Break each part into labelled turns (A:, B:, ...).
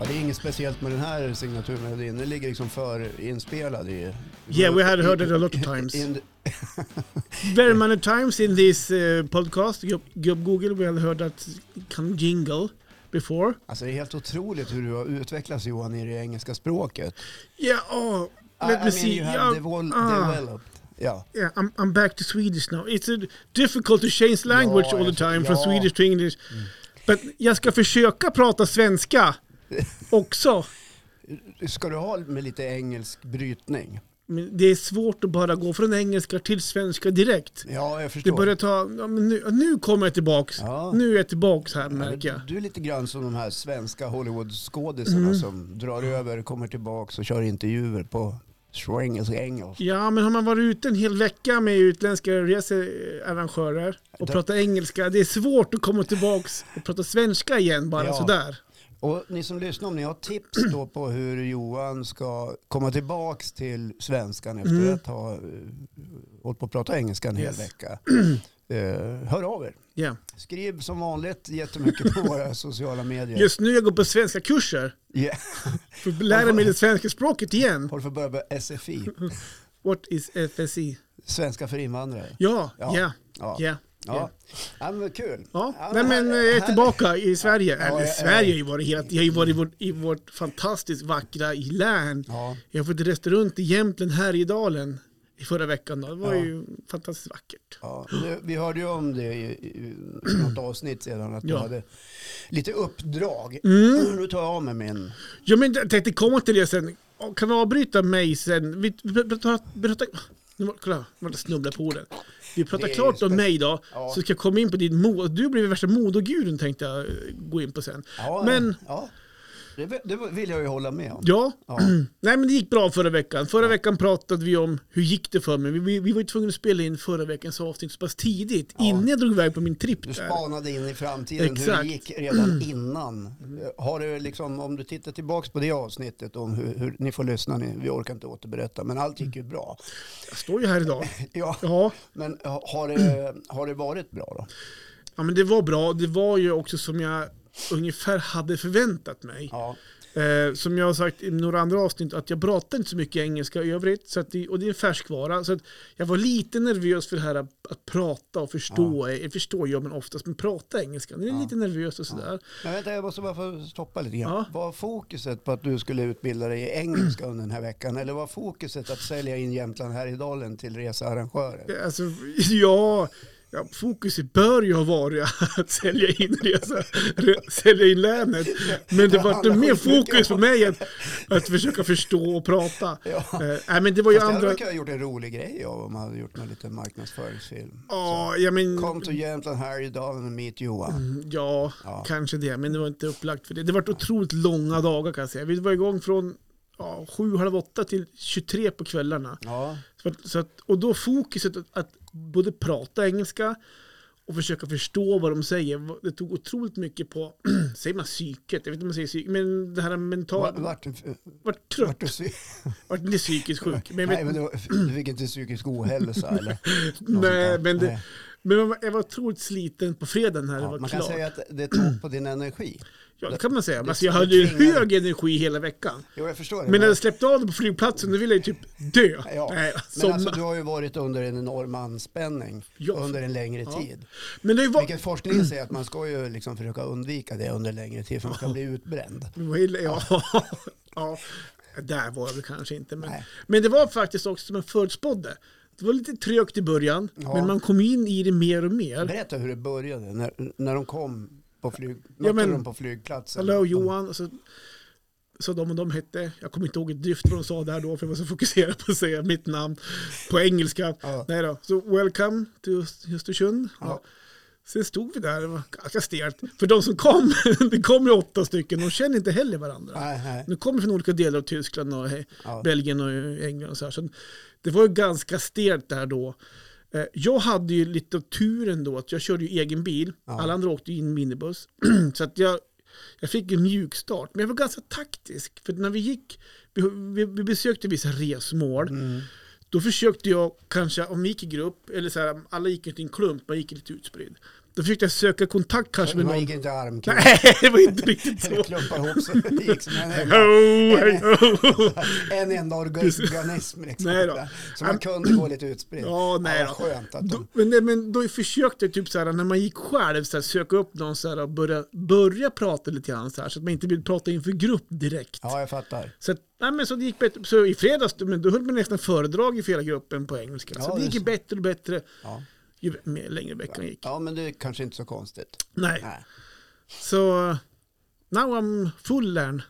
A: Ja, det är inget speciellt med den här signaturmelodin. Den ligger liksom förinspelad i...
B: Yeah, we had heard it a lot of times.
A: In-
B: Very many times in this uh, podcast, Gubb Google, we have heard that come jingle before.
A: Alltså det är helt otroligt hur du har utvecklats Johan i det engelska språket.
B: Yeah, oh, let
A: I, I
B: me
A: mean
B: see.
A: you have
B: Yeah,
A: devol-
B: ah.
A: developed. Ja.
B: Yeah, I'm, I'm back to Swedish now. It's uh, difficult to change language
A: Ja,
B: all the
A: jag-
B: time from
A: ja.
B: Swedish to English. But jag ska försöka prata svenska också.
A: Ska du ha med lite engelsk brytning?
B: Men det är svårt att bara gå från engelska till svenska direkt.
A: Ja, jag
B: Det
A: förstår.
B: börjar ta... Ja, men nu, nu kommer jag tillbaks.
A: Ja.
B: Nu är jag tillbaks här
A: Ja,
B: märker jag.
A: Du är lite grann som de här svenska Hollywood-skådisarna
B: Mm.
A: som drar över, kommer tillbaka och kör intervjuer på swengelsk engelsk.
B: Ja, men har man varit ute en hel vecka med utländska researrangörer och
A: Det-
B: pratat engelska, det är svårt att komma tillbaks och prata svenska igen bara
A: Ja.
B: sådär.
A: Och ni som lyssnar, om ni har tips då på hur Johan ska komma tillbaka till svenskan efter att ha uh, hållit på att prata engelska en hel
B: Mm. Yes.
A: vecka, eh, hör av er.
B: Ja.
A: Skriv som vanligt jättemycket på våra sociala medier.
B: Just nu jag går på svenska kurser
A: Yeah.
B: för att lära mig det svenska språket igen.
A: Håller för att börja med SFI,
B: What is FSI?
A: svenska för invandrare.
B: Ja,
A: Ja.
B: ja,
A: Ja.
B: ja.
A: Ja, ja men vad kul.
B: Ja, nej
A: men
B: men
A: här-
B: jag är
A: här-
B: tillbaka i Sverige.
A: Ja,
B: Eller
A: ja, ja.
B: Sverige har ju varit helt, jag har ju varit i vårt, i vårt fantastiskt vackra i län.
A: Ja.
B: Jag har fått resa runt i Jämtland, Härjedalen i förra veckan. då. Det var
A: Ja.
B: ju fantastiskt vackert.
A: Ja, nu, vi hörde ju om det i, i något avsnitt sedan, att du
B: Ja. Mm.
A: hade lite uppdrag. Nu tar jag av mig min.
B: Ja men jag tänkte komma till det sen. Ja, Kan vi avbryta mig sen? Vi pratar... pratar nu var, kolla, man snubblar på orden. Vi pratar
A: Det är
B: klart om
A: spe-
B: mig då,
A: Ja.
B: så ska jag komma in på din mod. Du blev värsta modogurun tänkte jag eh, gå in på sen.
A: Ja,
B: Men-
A: ja. Det, vi- det vill jag ju hålla med om.
B: Ja,
A: Ja.
B: nej men det gick bra förra veckan. Förra veckan pratade vi om hur gick det för mig. Vi, vi, vi var ju tvungna att spela in förra veckans avsnitt så pass tidigt, innan jag drog iväg på min tripp
A: Du
B: där.
A: spanade in i framtiden hur
B: Exakt.
A: det gick redan innan. Har du liksom, om du tittar tillbaka på det avsnittet, om hur, hur, ni får lyssna, ni, vi orkar inte återberätta, men allt gick ju bra.
B: Jag står ju här idag.
A: Ja,
B: Mm. Ja,
A: men ha- har det, har det varit bra då?
B: ja, men det var bra. Det var ju också som jag ungefär hade förväntat mig.
A: Ja,
B: Eh, som jag har sagt i några andra avsnitt, att jag pratar inte så mycket engelska i övrigt. Så att det, och det är en färskvara. Så att jag var lite nervös för det här att, att prata och förstå. Jag förstår jag, men oftast, men prata engelska. Jag är lite nervös och sådär.
A: Men vänta, jag måste bara få stoppa lite grann.
B: Ja.
A: Var fokuset på att du skulle utbilda dig i engelska under den här veckan? Eller var fokuset att sälja in Jämtland Härjedalen till researrangörer?
B: Alltså, ja, ja, fokus bör ju ha varit att sälja in, resa, re, sälja in länet. Men det var mer fokus på mig att, att försöka förstå och prata.
A: Ja.
B: Eh, nej, men det var ju
A: Fast det hade
B: andra...
A: man kunnat gjort en rolig grej av om man hade gjort någon liten marknadsföringsfilm.
B: Ja, jag men,
A: Kom till Jämtland Härjedalen och meet
B: Mm.
A: Johan.
B: ja,
A: Ja.
B: kanske det. Men det var inte upplagt för det. Det var otroligt långa dagar kan jag säga. Vi var igång från ja, sju, halv åtta till 23 på kvällarna.
A: Ja,
B: Så att, så att, och då fokuset att, att både prata engelska och försöka förstå vad de säger. Det tog otroligt mycket på, säger man psyket? Jag vet inte om man säger psyket, men det här mentala.
A: vart vart du-
B: Vart
A: vart
B: trött,
A: du sy-
B: vart inte psykiskt sjuk. Men, jag vet,
A: Nej, men du, du fick inte psykisk ohälsa eller? något
B: nej,
A: sånt där.
B: men, det,
A: Nej.
B: men jag var- jag var otroligt sliten på fredagen när
A: Ja,
B: det var
A: man
B: klart.
A: kan säga att det tog på din energi.
B: ja, det kan man säga.
A: det-
B: Men alltså, jag
A: det
B: hade ju
A: tvingar-
B: hög energi hela veckan.
A: Jo, jag förstår det.
B: Men när jag släppte av det på flygplatsen, då ville jag ju typ dö.
A: Ja.
B: Nej,
A: Men
B: somna.
A: alltså, du har ju varit under en enorm anspänning
B: Ja.
A: under en längre tid.
B: men det var,
A: Vilket forskningen säger att man ska ju liksom försöka undvika det under längre tid för man ska bli utbränd.
B: Well, ja. ja, där var det kanske inte. Men,
A: Nej.
B: men det var faktiskt också som jag förutspådde. Det var lite trögt i början,
A: Ja.
B: men man kom in i det mer och mer.
A: Berätta hur det började när, när de kom på, flyg,
B: Ja,
A: mötte
B: men-
A: de på flygplatsen.
B: Hallå Johan, och så så de och de hette, jag kommer inte ihåg ett dyft vad de sa där då, för jag var så fokuserad på att säga mitt namn på engelska.
A: Ja.
B: Nej då, så welcome to Öst- Östersund. Ja.
A: Ja.
B: Sen stod vi där, det var ganska stelt. För de som kom, det kom ju åtta stycken, de känner inte heller varandra.
A: Nej, nej.
B: Nu kommer från olika delar av Tyskland och eh,
A: Ja.
B: Belgien och eh, England och så här. Så det var ju ganska stelt där då. Eh, Jag hade ju lite av turen då att jag körde ju egen bil. Alla andra åkte ju in minibuss. så att jag, jag fick en mjuk start. Men jag var
A: Mm.
B: ganska taktisk. För när vi gick, vi, vi, vi besökte vissa resmål. Då försökte jag kanske, om vi gick i grupp, eller så här, alla gick inte i en klump, man gick lite utspridd. Då försökte jag söka kontakt kanske med
A: Man
B: någon.
A: gick inte armkrok.
B: Nej, det var inte riktigt så.
A: Eller klumpa ihop sig. Det gick som en enda,
B: Ho, hej, ho.
A: en enda organism. Liksom.
B: Nej då.
A: Så man kunde gå lite utspridd.
B: Ja, nej
A: vad
B: då.
A: skönt att
B: Då,
A: de...
B: men, nej, men då försökte jag typ så här, när man gick själv så här, söka upp någon så här, och börja, börja prata lite grann så här, så att man inte vill prata inför grupp direkt.
A: Ja, jag fattar.
B: Så, att, nej, men så det gick bättre. Så i fredags men då höll man nästan föredrag i hela gruppen på engelska.
A: Ja,
B: så det
A: det
B: gick
A: är
B: ju
A: så.
B: bättre och bättre
A: Ja.
B: ju mer, längre veckan gick.
A: ja, men det är kanske inte så konstigt.
B: Nej.
A: Nej.
B: Så now I'm full learn.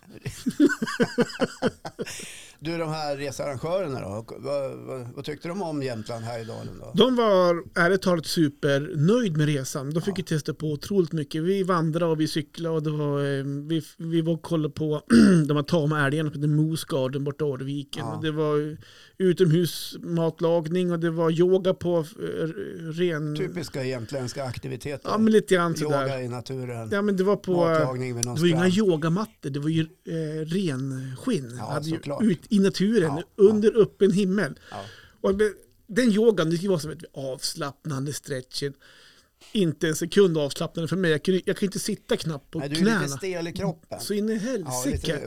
A: Du, de här researrangörerna då? Vad, vad, vad tyckte de om Jämtland, Härjedalen då?
B: De var ärligt talat supernöjd med resan. De fick ju testa på otroligt mycket. Vi vandrade och vi cyklade och det var, eh, vi, vi var och kollade på de här tama älgarna på The Moose Garden borta i Årviken.
A: Ja.
B: Och det var utomhusmatlagning och det var yoga på eh, ren...
A: Typiska jämtländska aktiviteter.
B: Ja men lite grann sådär.
A: Typ, Yoga i naturen,
B: Ja men det var på... eh,
A: matlagning vid någon
B: Det var ju inga
A: strand.
B: yogamattor, det var ju eh, renskinn.
A: Ja,
B: Hade ju
A: såklart.
B: ut i naturen,
A: Ja,
B: under öppen himmel.
A: Ja.
B: Och det- den yogan, det skulle vara som ett avslappnande stretchen. Inte en sekund avslappnande för mig. Jag kan, jag kan inte sitta knappt på
A: Nej, du är lite
B: knäna.
A: stel i kroppen.
B: Så in i
A: Ja,
B: helsike.
A: lite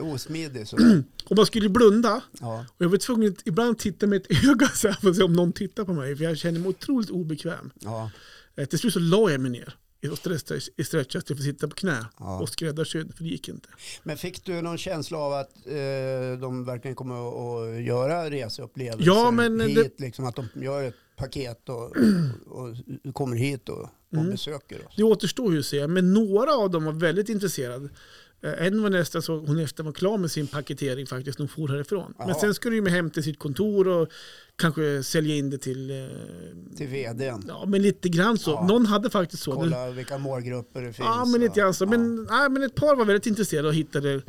A: osmidig sådär.
B: och man skulle ju blunda.
A: Ja.
B: Och jag var tvungen att ibland titta med ett öga så här för att se om någon tittar på mig. För jag kände mig otroligt obekväm.
A: Ja.
B: Eh, Till slut så la jag mig ner och stretchade istället för att sitta på knä
A: Ja.
B: och skräddarsydd. För det gick inte.
A: Men fick du någon känsla av att eh, de verkligen kommer att, att göra reseupplevelser
B: Ja, men
A: hit?
B: det-
A: Liksom, att de gör ett paket och, och, och kommer hit och, och
B: Mm.
A: besöker oss?
B: Det återstår ju att se, men några av dem var väldigt intresserade. Eh, En var nästan så hon nästan var klar med sin paketering faktiskt när hon for härifrån.
A: Jaha.
B: Men sen skulle de ju hem till sitt kontor och kanske sälja in det till, eh,
A: Till vdn,
B: ja men lite grann så.
A: Ja.
B: Någon hade faktiskt så.
A: kolla vilka målgrupper det finns.
B: ja men lite grann så.
A: och-
B: Men, nej, men ett par var väldigt intresserade och hittade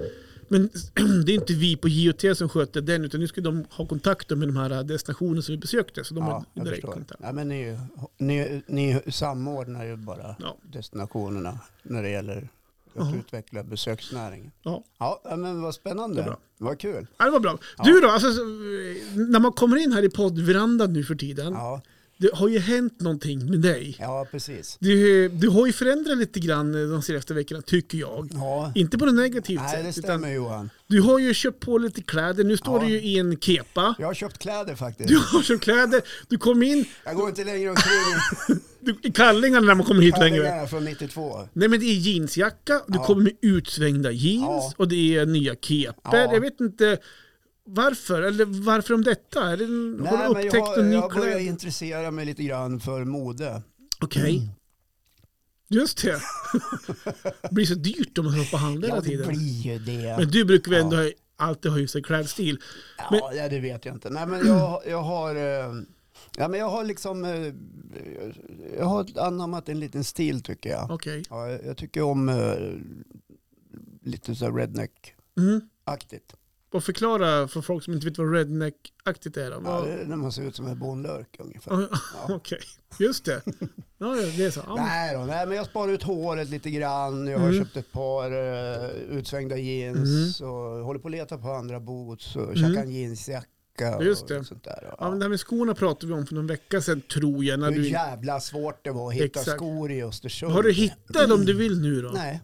B: men det är inte vi på JOT som sköter den utan nu ska de ha kontakt med de här äh, destinationerna som vi besökte. Så de
A: Ja,
B: har
A: jag
B: direkt
A: förstår.
B: kontakt.
A: Ja, men ni, ni, ni samordnar ju bara
B: Ja.
A: destinationerna när det gäller att
B: Jaha.
A: utveckla besöksnäringen.
B: Ja.
A: Ja, ja, men vad
B: Det är
A: spännande.
B: bra.
A: Vad kul.
B: Ja, det var bra. Du då, alltså, så, eh, när man kommer in här i poddverandan nu för tiden.
A: Ja,
B: Det har ju hänt någonting med dig.
A: ja precis.
B: Du, du har ju förändrat lite grann eh, de senaste veckorna, tycker jag.
A: Ja.
B: Inte på något negativt
A: Nej, det
B: sätt. Utan
A: stämmer Johan.
B: du har ju köpt på lite kläder. Nu står
A: Ja.
B: du ju i en kepa.
A: Jag har köpt kläder faktiskt.
B: Du har köpt kläder. Du kom in
A: Jag går inte längre omkring i
B: du, i kallingarna när man kommer hit längre.
A: kallingarna från 92.
B: Nej men det är jeansjacka, du
A: Ja.
B: kommer med utsvängda jeans
A: Ja.
B: och det är nya kepor.
A: Ja.
B: Jag vet inte varför, eller varför om detta? Är det, har du
A: men
B: upptäckt
A: jag, har-
B: en ny
A: jag börjar
B: kläd?
A: intressera mig lite grann för mode.
B: Okej. Just det. det blir så dyrt om man håller på och handlar
A: Ja,
B: hela
A: det
B: tiden.
A: blir ju det.
B: Men du brukar väl ändå ha- alltid ha hyfsad klädstil. Men-
A: Ja, ja, det vet jag inte. Nej, men jag, jag har... eh, Ja, men jag har liksom... eh, Jag har anammat en liten stil tycker jag.
B: Okej.
A: Ja, jag tycker om eh, lite så här redneck-aktigt.
B: Mm. Och förklara för folk som inte vet vad redneck-aktigt är. Då.
A: Ja,
B: Vad...
A: det är när man ser ut som en bonlörk ungefär.
B: Ja, Okej, just det. Ja, ja, det är så. Ja, men-
A: Nej, då, nej, men jag sparar ut håret lite grann. Jag har
B: Mm.
A: köpt ett par eh, utsvängda jeans och håller på att leta på andra boots och käka en jeansjacka och
B: Mm. Just det.
A: sånt där.
B: ja, men det här med skorna pratade vi om för någon vecka sedan tror jag. När
A: Hur
B: du...
A: jävla svårt det var att hitta
B: Exakt.
A: skor i Östersund.
B: Har du hittat dem du vill nu då?
A: Nej.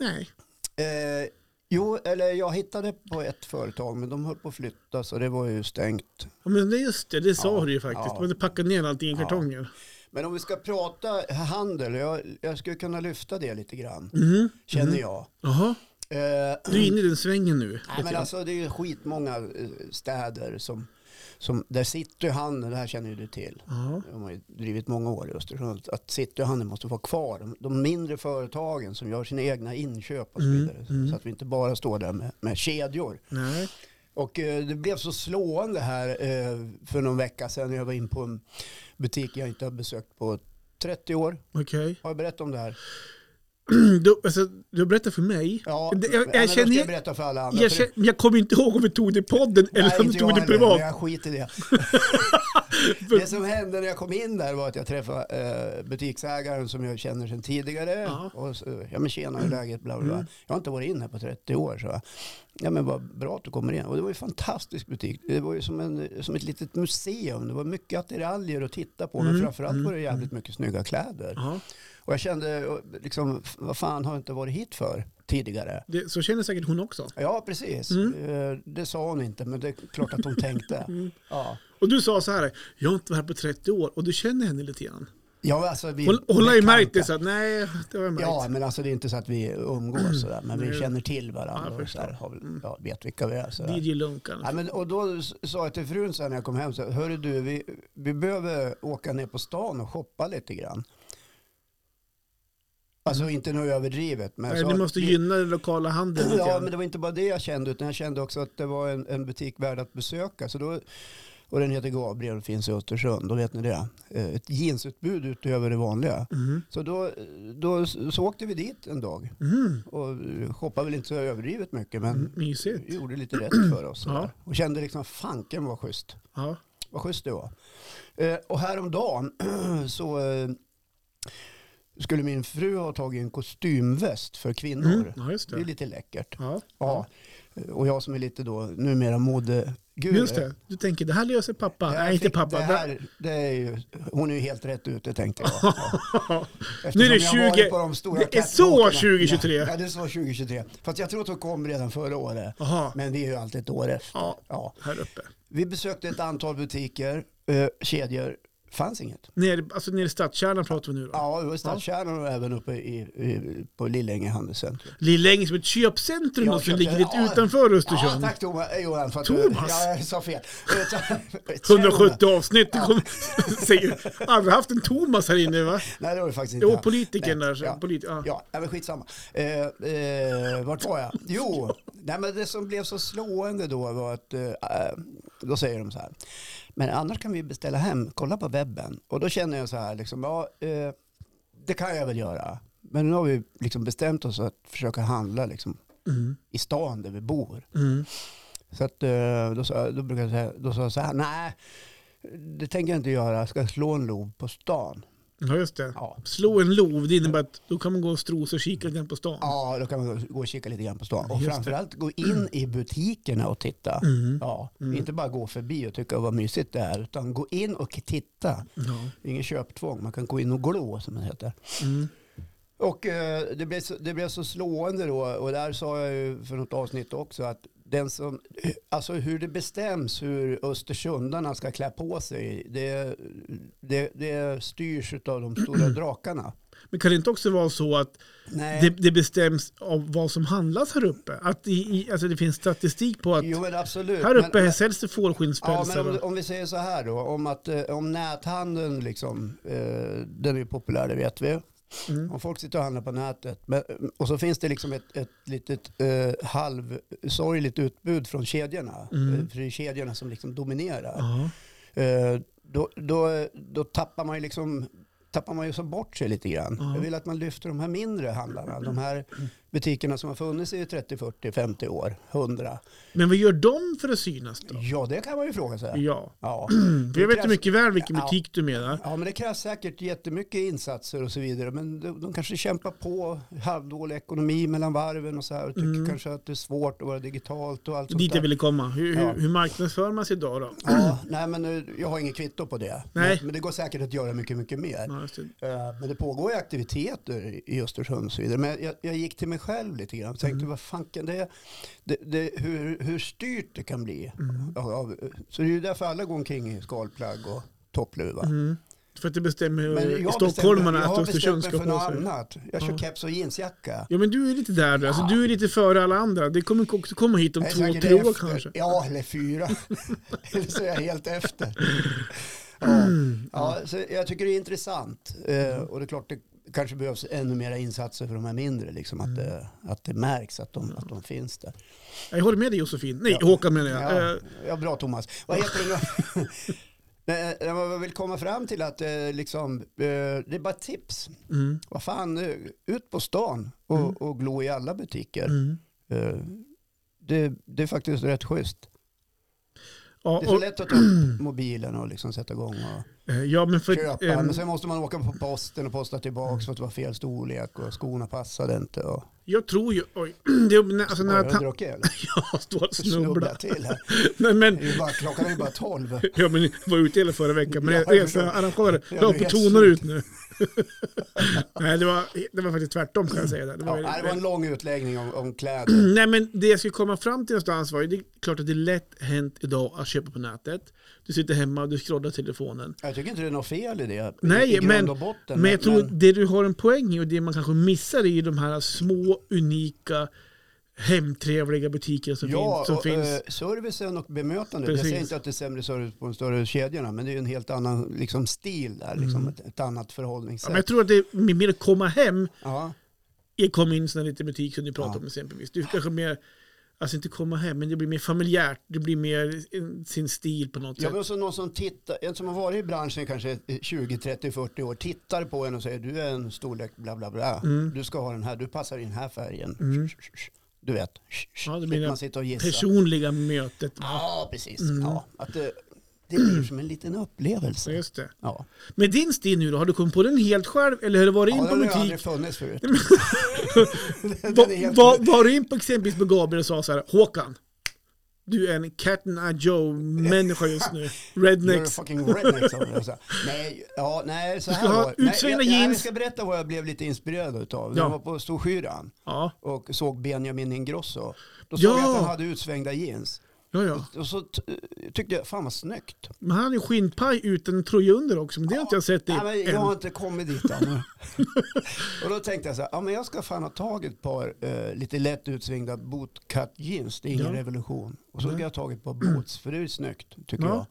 B: Nej.
A: Eh, jo, eller jag hittade på ett företag men de höll på att flytta så det var ju stängt.
B: Ja, men det är just det, det sa
A: Ja,
B: du ju faktiskt.
A: ja.
B: Men du packade ner allting i kartonger.
A: Men om vi ska prata handel, jag, jag skulle kunna lyfta det lite grann,
B: Mhm.
A: känner jag.
B: Jaha,
A: Eh,
B: du är inne i den svängen nu.
A: Nej, men alltså, det är ju skitmånga eh, städer som, som där cityhandeln, det här känner ju du till.
B: Ja.
A: De har ju drivit många år i Östersund. Att cityhandeln måste vara kvar. De, de mindre företagen som gör sina egna inköp och så
B: Mm,
A: vidare. Så att vi inte bara står där med, med kedjor.
B: Nej.
A: Och eh, det blev så slående här eh, för någon vecka sedan. när Jag var in på en butik jag inte har besökt på 30 år.
B: Okej.
A: Har jag berättat om det här?
B: Du, alltså, du berättar för mig.
A: Ja,
B: Det- jag-
A: men
B: jag
A: då
B: känner-
A: ska jag berätta för alla andra.
B: Jag,
A: för
B: känner, jag kommer inte ihåg om vi tog det i podden eller om vi
A: inte
B: tog
A: jag
B: det
A: heller,
B: privat.
A: men Jag skiter i det. det som hände när jag kom in där var att jag träffade eh, butiksägaren som jag känner sedan tidigare.
B: Ja. Mm.
A: Och så, ja men tjena, hur är läget? Bla, bla, bla. Jag har inte varit in här på 30 år, så. Ja men vad bra att du kommer igen. Och det var ju en fantastisk butik. Det var ju som, en, som ett litet museum. Det var mycket attiraljer att titta på. Men framförallt var det jävligt mycket snygga kläder.
B: Mm, Ja.
A: Och jag kände, och liksom, vad fan har jag inte varit hit för tidigare?
B: Det, så känner säkert hon också.
A: Ja, precis.
B: Mm.
A: Eh, Det sa hon inte, men det är klart att hon tänkte. Ja.
B: Och du sa så här, jag har inte varit här på 30 år och du känner henne lite grann.
A: Ja, alltså, vi,
B: Hon, hon har ju
A: bekanta.
B: märkt det så att nej, det har jag märkt.
A: Ja, men alltså det är inte så att vi umgås sådär, men vi
B: Mm. Nej.
A: känner till
B: Ja,
A: varandra
B: jag Mm.
A: och så här, har, väl- ja, vet vilka vi är. Sådär.
B: DJ Lunkan.
A: Ja, men, och då s- sa jag till frun sen när jag kom hem, så, här, hörru du, vi, vi behöver åka ner på stan och shoppa lite grann. Alltså inte något överdrivet. Men
B: Mm. nej,
A: så,
B: ni måste gynna den lokala handeln lite
A: Alltså, Ja,
B: grann.
A: men det var inte bara det jag kände, utan jag kände också att det var en, en butik värd att besöka. Så då, och den heter Gabriel och finns i Östersund, då vet ni det. Eh, Ett jeansutbud utöver det vanliga.
B: Mhm.
A: Så då, då s- så åkte vi dit en dag
B: Mhm.
A: och eh, shoppade väl inte så överdrivet mycket, men
B: Mm, Mysigt.
A: vi gjorde lite rätt för oss.
B: Ja.
A: sådär. Och kände liksom, fanken vad schysst.
B: Ja.
A: Vad schysst det var. Eh, och häromdagen så eh, skulle min fru ha tagit en kostymväst för kvinnor.
B: Mm. ja, just
A: Det är
B: det.
A: lite läckert.
B: Ja.
A: Ja. Eh, Och jag som är lite då numera modeguru.
B: Just det, du tänker det här löser pappa.
A: Jag
B: nej, inte
A: fick-
B: pappa.
A: Det här, det är ju, hon är ju helt rätt ute tänkte jag. Ja. Eftersom
B: Nu är det
A: jag har varit
B: 20
A: på de stora
B: det är så
A: catwalkerna.
B: 2023.
A: Ja, det är så 2023. Fast jag tror att hon kom redan förra året.
B: Jaha,
A: Men det är ju alltid ett år efter.
B: ja,
A: Ja.
B: här uppe.
A: Vi besökte ett antal butiker, eh, kedjor, fanns inget.
B: Nere, alltså nere i stadskärnan pratar vi nu då.
A: Ja, det var i stadskärnan och även uppe i, i, på Lillänge handelscentrum.
B: Lillänge som ett köpcentrum
A: Ja,
B: då, som
A: köpcentrum.
B: ligger lite
A: Ja.
B: utanför
A: Ja,
B: Östersund.
A: tack Thomas, Eh, Johan för att
B: Thomas?
A: du... Ja, jag sa fel. Ett-
B: 170 avsnitt. Ja. Kom, säger, aldrig haft en Thomas här inne va?
A: Nej, det var det faktiskt inte.
B: Jo,
A: jag.
B: politikern
A: Nej,
B: där. så-
A: ja.
B: Polit, ja.
A: Ja, nej, men skitsamma. Eh, eh, vart var jag? Jo, nej, men det som blev så slående då var att eh, då säger de så här. Men annars kan vi beställa hem, kolla på webben. Och då känner jag så här, liksom, ja, eh, det kan jag väl göra. Men nu har vi liksom bestämt oss att försöka handla liksom,
B: Mm,
A: i stan där vi bor.
B: mm.
A: Så att, eh, då, sa, då brukar jag säga, då sa jag så här, nej, det tänker jag inte göra. Jag ska slå en lov på stan.
B: ja, just det.
A: Ja.
B: Slå en lov, det innebär att då kan man gå och strosa och kika lite grann på stan.
A: Ja, då kan man gå och kika lite grann på stan. Och
B: Just det.
A: framförallt gå in i butikerna och titta.
B: Mm.
A: Ja,
B: Mm.
A: Inte bara gå förbi och tycka vad mysigt det är, utan gå in och titta.
B: Ja.
A: Det är ingen köptvång, man kan gå in och glå som det heter.
B: Mm.
A: Och eh, det blev, så, det blev så slående då, och där sa jag ju för något avsnitt också att den som, alltså hur det bestäms hur östersundarna ska klä på sig, det, det, det styrs av de stora drakarna.
B: Men kan det inte också vara så att
A: Nej.
B: det, det bestäms av vad som handlas här uppe? Att i, i, alltså det finns statistik på att
A: jo men absolut.
B: här
A: men-
B: uppe
A: men-
B: säljs det
A: Ja,
B: fårskinnspälsar.
A: men om,
B: och-
A: om vi säger så här då, om, att, eh, om näthandeln, liksom, eh, den är ju populär, det vet vi.
B: Mm.
A: Om folk sitter och handlar på nätet, men, och så finns det liksom ett, ett litet eh, halvsorgligt utbud från kedjorna,
B: Mm.
A: eh, för det är kedjorna som liksom dominerar.
B: Ja.
A: Eh, då, då, då tappar man ju liksom tappar man ju så bort sig lite grann.
B: Ja. Mm.
A: Jag vill att man lyfter de här mindre handlarna, de här butikerna som har funnits i 30, 40, 50 år, 100.
B: Men vad gör de för att synas då?
A: Ja, det kan man ju fråga sig.
B: Ja,
A: Ja.
B: för jag vet ju
A: krävs-
B: mycket väl vilken
A: Ja.
B: butik du menar.
A: Ja, men det krävs säkert jättemycket insatser och så vidare. Men de, de kanske kämpar på halvdålig ekonomi mellan varven och så här. Och tycker
B: Mm.
A: kanske att det är svårt att vara digitalt och allt sånt
B: Dit jag
A: där.
B: ville komma. Hur,
A: Ja.
B: hur, hur marknadsför man sig idag då?
A: Ja, nej, men nu, jag har inget kvitto på det.
B: Nej. Mm.
A: Men, men det går säkert att göra mycket, mycket mer.
B: Ja, alltså, just det.
A: Eh, Men det pågår ju aktiviteter i Östersund och så vidare. Men jag, jag gick till mig själv lite grann och tänkte
B: Mm.
A: vad fanken det är. Det, det, hur, hur styrt det kan bli.
B: Mm.
A: Av- av- så det är ju därför alla går omkring i skalplagg och toppluva.
B: Mm. För att det bestämmer
A: Men
B: ju
A: jag
B: stockholmarna
A: bestämmer-
B: att Östersund ska
A: Jag har
B: ha på sig.
A: bestämt mig för något annat. Jag kör
B: Ja.
A: keps och jeansjacka.
B: Ja men du är lite där du. Alltså, du är lite före alla andra. Det kommer också komma hit om
A: Jag är
B: två,
A: säkert
B: tre år
A: efter.
B: kanske.
A: Ja, eller fyra. eller så är jag helt efter. Ja. Ja, så jag tycker det är intressant. Eh, och det är klart det kanske behövs ännu mera insatser för de här mindre. Liksom,
B: Mm.
A: att, det, att det märks att de, att de finns där.
B: Jag håller med dig Josefin. Nej,
A: Ja.
B: Håkan menar jag.
A: Ja,
B: Eh,
A: ja, bra Thomas. Vad heter det nu? Nej, nej, Vad jag vill komma fram till att eh, liksom, eh, det är bara tips.
B: Mm.
A: Vad fan, eh, ut på stan och, och glo i alla butiker.
B: Mm.
A: Eh, Det, det är faktiskt rätt schysst.
B: Ja,
A: Det är så
B: och,
A: lätt att ta upp mobilen och liksom sätta igång och
B: eh, ja, men för,
A: köpa.
B: ehm,
A: Men sen måste man åka på posten och posta tillbaka för att det var fel storlek och skorna passade inte. Och,
B: Jag tror ju... Oj. Det, är- när- alltså, när
A: Har
B: jag
A: du
B: ta-
A: druckit eller?
B: jag står och
A: Snubbla
B: snubblar.
A: till här.
B: Nej,
A: Det
B: men,
A: är ju bara, klockan är ju bara tolv.
B: ja, men jag var ute hela förra veckan, men
A: Ja,
B: ja,
A: jag förstår.
B: researrangörer
A: Ja,
B: la
A: du
B: på
A: är
B: toner
A: slut.
B: ut nu. Nej, det var, det var faktiskt tvärtom kan jag säga. Det
A: Ja,
B: var,
A: nej, det var en lång utläggning om, om kläder.
B: Nej men det jag skulle komma fram till någonstans var ju, det är klart att det är lätt hänt idag att köpa på nätet. Du sitter hemma och du scrollar telefonen.
A: Jag tycker inte det är något fel i det. i,
B: Nej,
A: i grund
B: men,
A: och botten.
B: men jag tror det du har en poäng i och det man kanske missar i de här små, unika, hemtrevliga butikerna som
A: ja,
B: finns. Som
A: och,
B: finns.
A: eh, servicen och bemötandet. Jag säger
B: Precis.
A: inte att det är sämre service på de större kedjorna, men det är ju en helt annan liksom, stil där. Liksom, ett, ett annat
B: Mm. ja, men jag
A: förhållningssätt.
B: tror att det är mer att komma hem,
A: Ja,
B: jag kom in i en sån här liten butik som du pratade
A: Ja.
B: om exempelvis. Du kanske mer, alltså inte komma hem, men det blir mer familjärt, det blir mer eh, sin stil på något
A: Ja,
B: sätt.
A: men också någon som tittar, en som har varit i branschen kanske 20, 30, 40 år, tittar på en och säger du är en storlek bla bla bla.
B: Mm.
A: Du ska ha den här, du passar i den här färgen. Du vet,
B: Ja, det
A: Så
B: blir det
A: man sitter och gissar.
B: Personliga mötet.
A: Ja, precis.
B: Mm.
A: Ja, att det, det blir som en liten upplevelse.
B: Just det.
A: Ja.
B: Men din stil nu då, har du kommit på den helt själv eller har du varit in
A: Ja,
B: på
A: den har ju
B: butik?
A: aldrig funnits förut. Den
B: Va,
A: är helt-
B: va, var du in på exempelvis på Gabriel och sa så här, Håkan, du är en Cat Eye Joe-människa just nu.
A: You're a
B: Rednecks.
A: fucking redneck sa de. Så- Nej, ja, nej, så här
B: ska ha
A: var det. Nej,
B: utsvängda
A: jag- nej, Jag
B: jeans.
A: ska berätta vad jag blev lite inspirerad utav.
B: Ja.
A: Jag var på Storskyran
B: Ja,
A: och såg Benjamin Ingrosso. Då såg
B: Ja.
A: jag att han hade utsvängda jeans.
B: ja, ja.
A: Och så t- tyckte jag, fan vad snyggt.
B: Men han har ju skinnpaj utan tröja under också, men det har inte jag sett i
A: Nej, men jag
B: än.
A: har inte kommit dit ännu. och då tänkte jag så här, ja, men jag ska fan ha tagit ett par eh, lite lätt utsvängda bootcut jeans. Det är ingen
B: Ja.
A: revolution. Och så
B: Nej.
A: ska jag ha tagit ett par boots, för det är ju snyggt, tycker
B: Ja.
A: jag.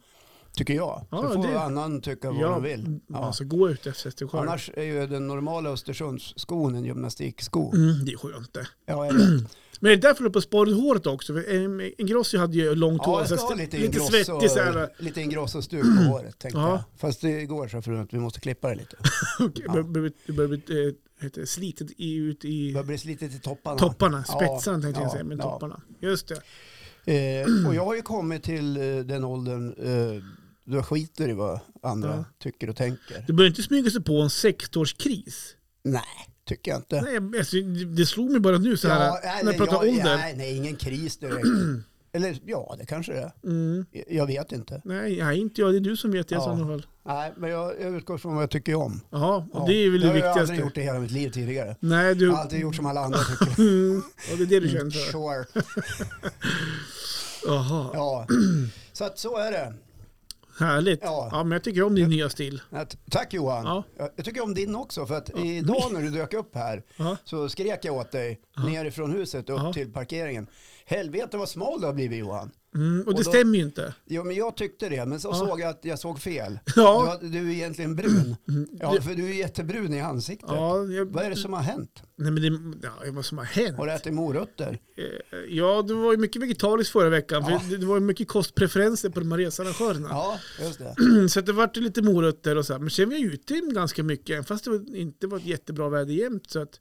A: Tycker jag.
B: Ja,
A: så får
B: det-
A: annan tycka vad de vill.
B: Ja, alltså gå ut efter sig själv.
A: Annars är ju den normala Östersundsskon en gymnastiksko.
B: Mm, det är skönt det.
A: Ja, jag vet.
B: Men det är därför du har på sparade håret också. för, eh, Ingrosso hade ju långt
A: Ja,
B: hår,
A: jag
B: så
A: ska ha
B: här,
A: lite
B: alltså lite
A: Ingrosso,
B: svettig så här. Mm.
A: lite Ingrosso-stuk på håret tänkte
B: Ja.
A: jag. Fast igår sa frun att vi måste klippa det lite.
B: Okej, bör- bör- Det börjar bli eh, heter det, slitet i, ut
A: Det
B: i
A: börjar bli slitet i topparna.
B: topparna.
A: Ja,
B: Spetsarna tänkte jag
A: ja,
B: säga, men
A: ja.
B: topparna. Just det.
A: Eh, och jag har ju kommit till eh, den åldern eh, då jag skiter i vad andra
B: Ja.
A: tycker och tänker.
B: Det börjar inte smyga sig på en sektorskris.
A: Nej, tycker jag inte.
B: Nej, alltså, det- det slog mig bara nu så här, när jag pratar
A: jag,
B: ålder.
A: Nej, nej, ingen kris direkt. Eller ja, det kanske det är.
B: Mm,
A: Jag- Jag vet inte.
B: nej, nej, inte jag. Det är du som vet det i
A: Ja.
B: sådana fall.
A: Nej, men jag, jag utgår från vad jag tycker om.
B: Ja, och
A: Ja,
B: det är väl det
A: har Jag har aldrig
B: viktigaste.
A: gjort det hela mitt liv tidigare.
B: Nej, du...
A: Jag har alltid gjort som alla andra tycker.
B: Mm, ja, det är det du känner för.
A: Sure.
B: Jaha,
A: Ja. Så att så är det.
B: härligt.
A: Ja.
B: Ja, men jag tycker om din nya stil.
A: Att, tack Johan.
B: Ja.
A: Jag, jag tycker om din också för att idag när du dök upp här
B: Ja.
A: så skrek jag åt dig nerifrån huset upp
B: Ja.
A: till parkeringen. Helvete vad smal du har blivit Johan.
B: Mm, och det
A: då-
B: stämmer ju inte.
A: Jo men jag tyckte det men så såg jag att jag såg fel. Du,
B: Ja,
A: har- du är egentligen brun. Ja för du är jättebrun i ansiktet.
B: ja, jag,
A: Vad är det som har hänt?
B: nej, men det, ja, vad som har hänt.
A: Har du ätit morötter?
B: Eh, Ja, det var ju mycket vegetariskt förra veckan.
A: Ja.
B: För det- det var ju mycket kostpreferenser på de här researrangörerna.
A: Ja, just det.
B: Så att det vart ju lite morötter och så här. Men sen var jag ute ganska mycket, även fast det var- inte var ett jättebra väder jämt. Så att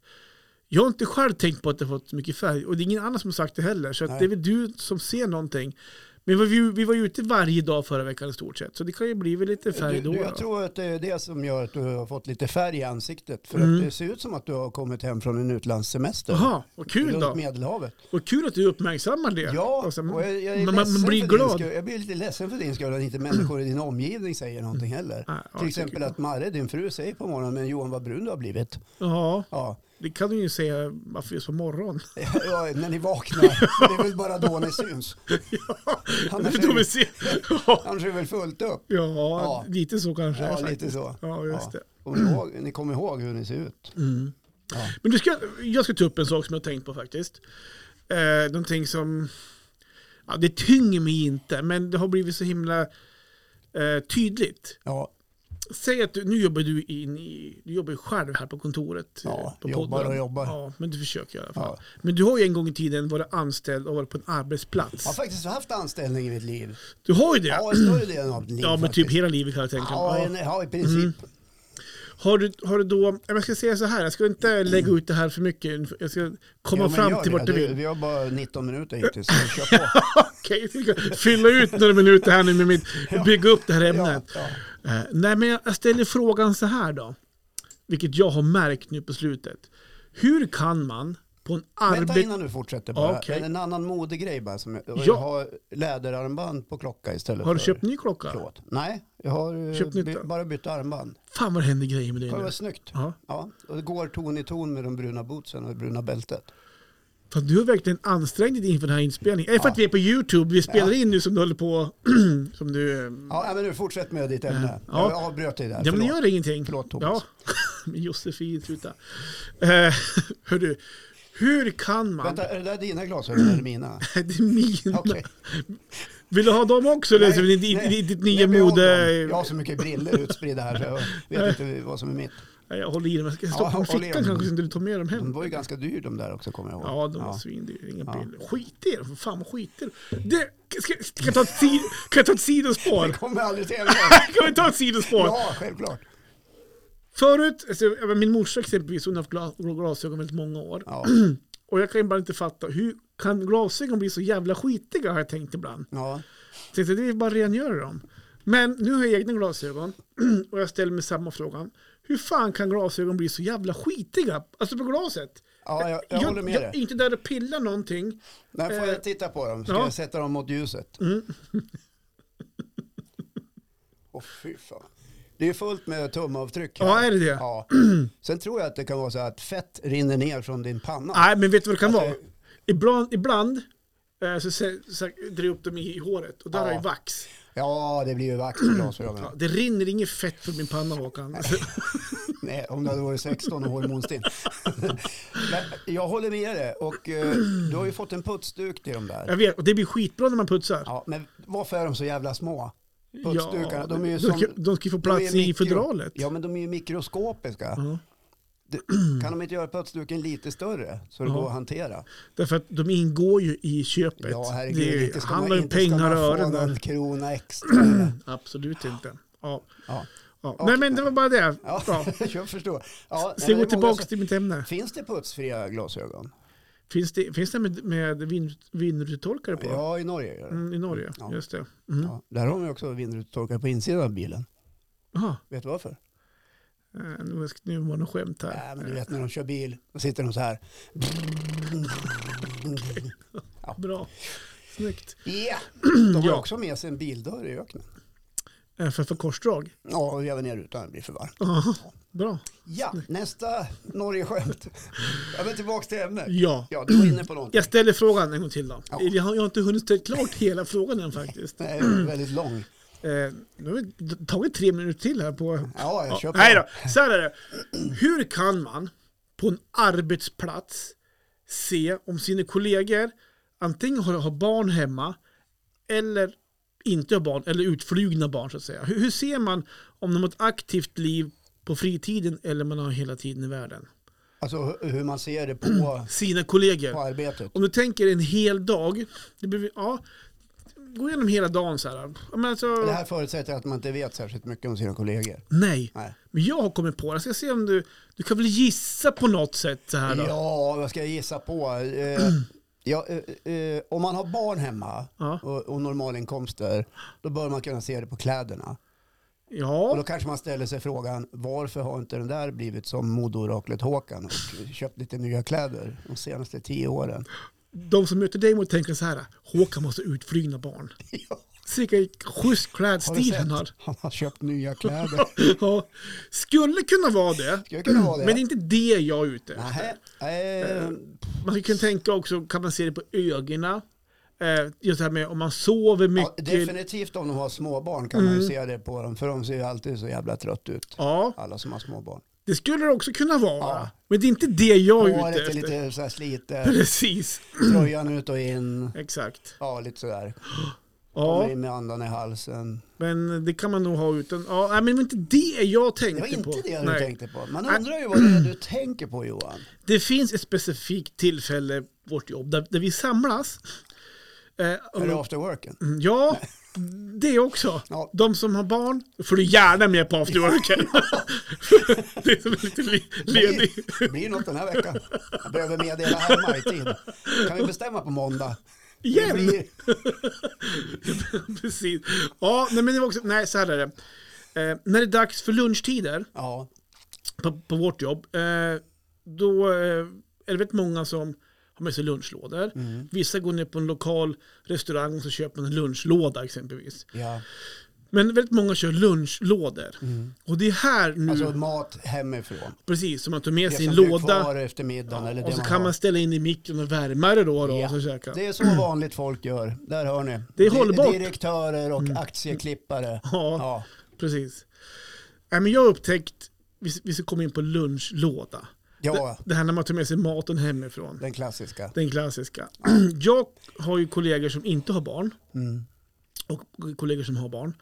B: jag har inte själv tänkt på att det fått så mycket färg. Och det är ingen annan som har sagt det heller. Så att
A: Nej.
B: det är väl du som ser någonting. Men vi var, ju, vi var ju ute varje dag förra veckan i stort sett. Så det kan ju bli väl lite färg
A: Du,
B: då.
A: du, jag
B: då.
A: tror att det är det som gör att du har fått lite färg i ansiktet. För att
B: Mm.
A: det ser ut som att du har kommit hem från en utlandssemester.
B: Jaha, vad kul
A: runt
B: då.
A: Medelhavet.
B: Vad kul att du uppmärksammar det.
A: Ja,
B: Och sen-
A: och jag, jag, är
B: men man,
A: ledsen
B: man blir
A: för din
B: glad.
A: skull. jag blir lite ledsen för din skull att inte människor i din omgivning säger någonting heller.
B: Ja, ja,
A: Till exempel att Marre, din fru, säger på morgonen, men Johan vad brun du har blivit.
B: Ja,
A: Ja,
B: det kan du ju säga varför just på morgonen.
A: ja när ni vaknar. Det är väl bara då ni syns. Annars
B: Det
A: är
B: får vi
A: det,
B: se. Ja,
A: annars är det väl fullt upp. Ja.
B: lite så kanske.
A: Ja,
B: faktiskt.
A: lite så.
B: Ja, just det. Mm.
A: Och ni, ihåg, ni kommer ihåg hur ni ser ut.
B: Men du ska, jag ska ta upp en sak som jag har tänkt på faktiskt. Eh, någonting som... Ja, det tynger mig inte, men det har blivit så himla eh, tydligt.
A: Ja,
B: Säg att du, nu jobbar du, in i, du jobbar ju själv här på kontoret.
A: Ja,
B: eh, på
A: jobbar
B: podden.
A: och jobbar.
B: Ja, men du försöker i alla fall.
A: Ja.
B: Men du har ju en gång i tiden varit anställd och varit på en arbetsplats.
A: jag har faktiskt haft anställning i mitt liv.
B: Du har ju det. Ja,
A: Ja, större delen av mitt liv
B: men
A: faktiskt.
B: typ Mm. hela livet kan jag tänka mig.
A: Ja,
B: Ja.
A: en- ja, i princip.
B: Har du, har du då, jag ska säga så här, jag ska inte lägga ut det här för mycket. Jag ska komma
A: Jo, men
B: fram
A: gör
B: till
A: det.
B: vart du
A: Du-
B: vill.
A: Vi har bara 19 minuter hittills, så kör på.
B: Okej, vi ska fylla ut några minuter här nu med mitt, bygga upp det här
A: Ja,
B: ämnet.
A: ja.
B: Eh, Nej, men jag ställer frågan så här då, vilket jag har märkt nu på slutet. Hur kan man på en
A: Vänta
B: arbet...
A: innan du fortsätter
B: Ja,
A: bara.
B: okej.
A: En annan modegrej bara. Som jag, och
B: Ja.
A: jag har läderarmband på klocka istället
B: Har du
A: för
B: köpt ny klocka?
A: plåt. Nej, jag har eh,
B: Köpt nytt
A: by-
B: då?
A: bara bytt armband.
B: Fan vad det händer grejer med dig
A: Kolla
B: nu.
A: vad snyggt.
B: Ja.
A: Ja, och det går ton i ton med de bruna bootsen och det bruna bältet.
B: Fan, du har verkligen ansträngt dig inför den här inspelningen. Är det för att vi är på YouTube? Vi spelar in nu som du håller på... som du... eh,
A: Ja, nej, men nu fortsätt med ditt ämne.
B: Mm. Ja.
A: Jag avbröt dig där.
B: Ja, men det
A: Förlåt.
B: gör ingenting.
A: Förlåt, Thomas.
B: Ja. men Josefin, sluta. Eh, hörru, hur kan man...
A: Vänta, är det där dina glasögon eller mina?
B: Det är mina.
A: Okej.
B: Vill du ha dem också? Eller?
A: Nej,
B: Nej, ditt,
A: nej.
B: ditt, ditt
A: Nej,
B: nya
A: men jag har
B: mode...
A: dem. Jag har så mycket briller utspridda här så jag vet inte vad som är mitt.
B: Nej, jag håller i dem. Jag ska
A: Ja,
B: stoppa dem i
A: håll i
B: fickan
A: dem.
B: kanske så inte du tar med dem
A: De
B: hem.
A: var ju ganska dyr de där också kommer jag ihåg.
B: Ja, de var
A: Ja.
B: svindyra. Inga bilder. Skit i dem. Fan vad skit i dem. Det, ska, ska, jag ta ett si, kan jag ta ett sidospår?
A: Det kommer aldrig till en gång.
B: kan vi ta ett sidospår?
A: Ja, självklart.
B: Förut, alltså, jag menar, min morsa exempelvis, hon har haft gla- glasögon väldigt många år.
A: Ja,
B: Och jag kan bara inte fatta, hur kan glasögon bli så jävla skitiga har jag tänkt ibland.
A: ja.
B: Jag tänkte det är bara att rengöra dem. Men nu har jag egna glasögon och jag ställer mig samma frågan. Hur fan kan glasögon bli så jävla skitiga? Alltså på glaset.
A: ja jag, jag, håller med
B: jag är
A: dig.
B: inte där och pillar någonting.
A: När får
B: eh,
A: jag titta på dem? Ska
B: ja. Mm.
A: jag sätta dem mot ljuset? Åh fy fan. Det är ju fullt med tumavtryck. här.
B: Ja, är det det?
A: Ja. Sen tror jag att det kan vara så att fett rinner ner från din panna.
B: Nej, men vet du vad det kan
A: Alltså-
B: vara? Ibland, ibland eh, så, så, så drar jag upp dem i håret och där
A: Ja.
B: har jag vax.
A: Ja, det blir ju vax på
B: Ja,
A: glasögonen.
B: det rinner inget fett från min panna Håkan. Alltså,
A: Nej, om du hade varit 16 och hormonstinn. Men jag håller med dig och eh, du har ju fått en putsduk till de där.
B: jag vet, och det blir skitbra när man putsar.
A: Ja, men varför är de så jävla små? Putsdukarna,
B: Ja,
A: de är ju
B: de,
A: som...
B: ska, de ska ju få
A: de är
B: plats i
A: mikro-
B: fodralet.
A: Ja, men de är ju mikroskopiska. Det, kan de inte göra putsduken lite större så det går att hantera?
B: Därför att de ingår ju i köpet.
A: Ja,
B: det
A: herregud.
B: är-
A: inte ska
B: handlar
A: man,
B: ju om
A: inte ska
B: pengar
A: man
B: och
A: få
B: ören.
A: någon
B: där.
A: krona extra.
B: Absolut inte. Ja.
A: Ja,
B: Ja. Nej men det var bara det. Ja.
A: ja jag förstår. Ja,
B: Så jag går
A: nej, men det är många
B: tillbaka
A: som-
B: till mitt ämne.
A: Finns det putsfria glasögon?
B: Finns det, finns det med, med vin- vindrutetorkare på?
A: Ja, i Norge gör det.
B: Mm, I Norge,
A: Ja.
B: just det. Mm.
A: Ja, där har man ju också vindrutetorkare på insidan av bilen.
B: Aha.
A: Vet du varför?
B: Eh, Nu, ska- nu var det något skämt här.
A: Nej, men du vet när de kör bil, då sitter de så här.
B: Bra. Snyggt.
A: Ja, De har
B: Ja.
A: också med sig en bildörr i öknen.
B: Eh, För, för korsdrag.
A: Ja, och även ner rutan, det blir för varmt.
B: Aha. Bra.
A: Ja, nästa Norge-skämt. Ja, men tillbaka till ämnet.
B: Ja.
A: Ja, du var inne på någonting.
B: Jag ställer frågan en gång till då.
A: Ja.
B: Jag, har, jag har inte hunnit ställa klart hela frågan än faktiskt.
A: Nej, den är väldigt lång.
B: Eh, nu har vi tagit tre minuter till här på
A: Ja, jag
B: Ja,
A: köper.
B: nej då, så här är det. Hur kan man på en arbetsplats se om sina kollegor antingen har, har barn hemma eller inte har barn, eller utflugna barn så att säga. Hur, hur ser man om de har ett aktivt liv på fritiden eller man har hela tiden i världen?
A: Alltså hu- hur man ser det på,
B: Sina kollegor.
A: på arbetet.
B: Om du tänker en hel dag, det blir, ja, gå igenom hela dagen så här. Ja, Men alltså,
A: Det här förutsätter att man inte vet särskilt mycket om sina kollegor.
B: Nej,
A: Nej.
B: men jag har kommit på det. Ska jag se om du, du kan väl gissa på något sätt så här då?
A: Ja, vad ska jag gissa på? Eh, ja, eh, eh, om man har barn hemma
B: Ja.
A: och, och normalinkomster, då bör man kunna se det på kläderna. Och då
B: Ja,
A: kanske man ställer sig frågan, varför har inte den där blivit som modeoraklet Håkan och köpt lite nya kläder de senaste tio åren?
B: de som möter dig måste tänka så här. Håkan måste utflygna barn.
A: Ja,
B: Se vilken schysst
A: har du
B: klädstil han har.
A: sett? Han har köpt nya kläder.
B: ja, skulle kunna vara det.
A: Skulle kunna vara det.
B: Men det är inte det jag är ute efter.
A: Nähä, eh,
B: Man skulle kunna tänka också, kan man se det på ögonen? Eh, just det här med om man sover
A: ja,
B: mycket. Mm. Ja,
A: definitivt om de har småbarn kan man ju se det på dem, för de ser ju alltid så jävla trött ut. Alla som har småbarn.
B: det skulle det också kunna vara.
A: Ja.
B: Men det är inte det jag är ute
A: Håret är
B: efter.
A: lite så här slitet,
B: Precis,
A: tröjan ut och in.
B: exakt.
A: Ja, lite sådär.
B: Ja.
A: Kommer in med andan i halsen.
B: Men det kan man nog ha utan... Ja, nej, men det var inte det jag
A: Det
B: tänkte
A: var inte
B: på.
A: det du
B: Nej.
A: tänkte på. Man undrar ju vad det är du tänker på Johan.
B: Det finns ett specifikt tillfälle på vårt jobb där, där vi samlas. Eh, och-
A: Är det after worken?
B: ja, det också.
A: Ja.
B: De som har barn får du gärna med på afterworken. det är som en liten li- ledig...
A: Det blir något den här veckan. Jag behöver meddela hemma i tid. Kan vi bestämma på måndag? Det
B: Igen!
A: blir,
B: Precis. Ja, nej, men det var också... Nej, så här är det. Eh, när det är dags för lunchtider
A: ja,
B: på, på vårt jobb, eh, då eh, är det väldigt många som har med sig lunchlådor. Vissa går ner på en lokal restaurang och så köper man en lunchlåda exempelvis.
A: Ja.
B: Men väldigt många kör lunchlådor. Och det är här nu,
A: Mm. Alltså mat hemifrån.
B: precis, som man tar med
A: Det
B: sig
A: som
B: en
A: blir
B: Alltså, låda.
A: kvar efter middagen eller
B: Och
A: det
B: så
A: man
B: kan
A: har.
B: man ställa in i mikron och värma det då. då och så käka.
A: Det är så vanligt folk gör. Där hör ni.
B: Det är
A: Di-
B: hållbart. Mm.
A: Direktörer och aktieklippare.
B: Ja.
A: Ja.
B: Precis. Nej, men jag har upptäckt, vi, vi ska komma in på lunchlåda.
A: ja,
B: Det här när man tar med sig maten hemifrån.
A: den klassiska.
B: Den klassiska. Jag har ju kollegor som inte har barn.
A: Mm.
B: Och kollegor som har barn.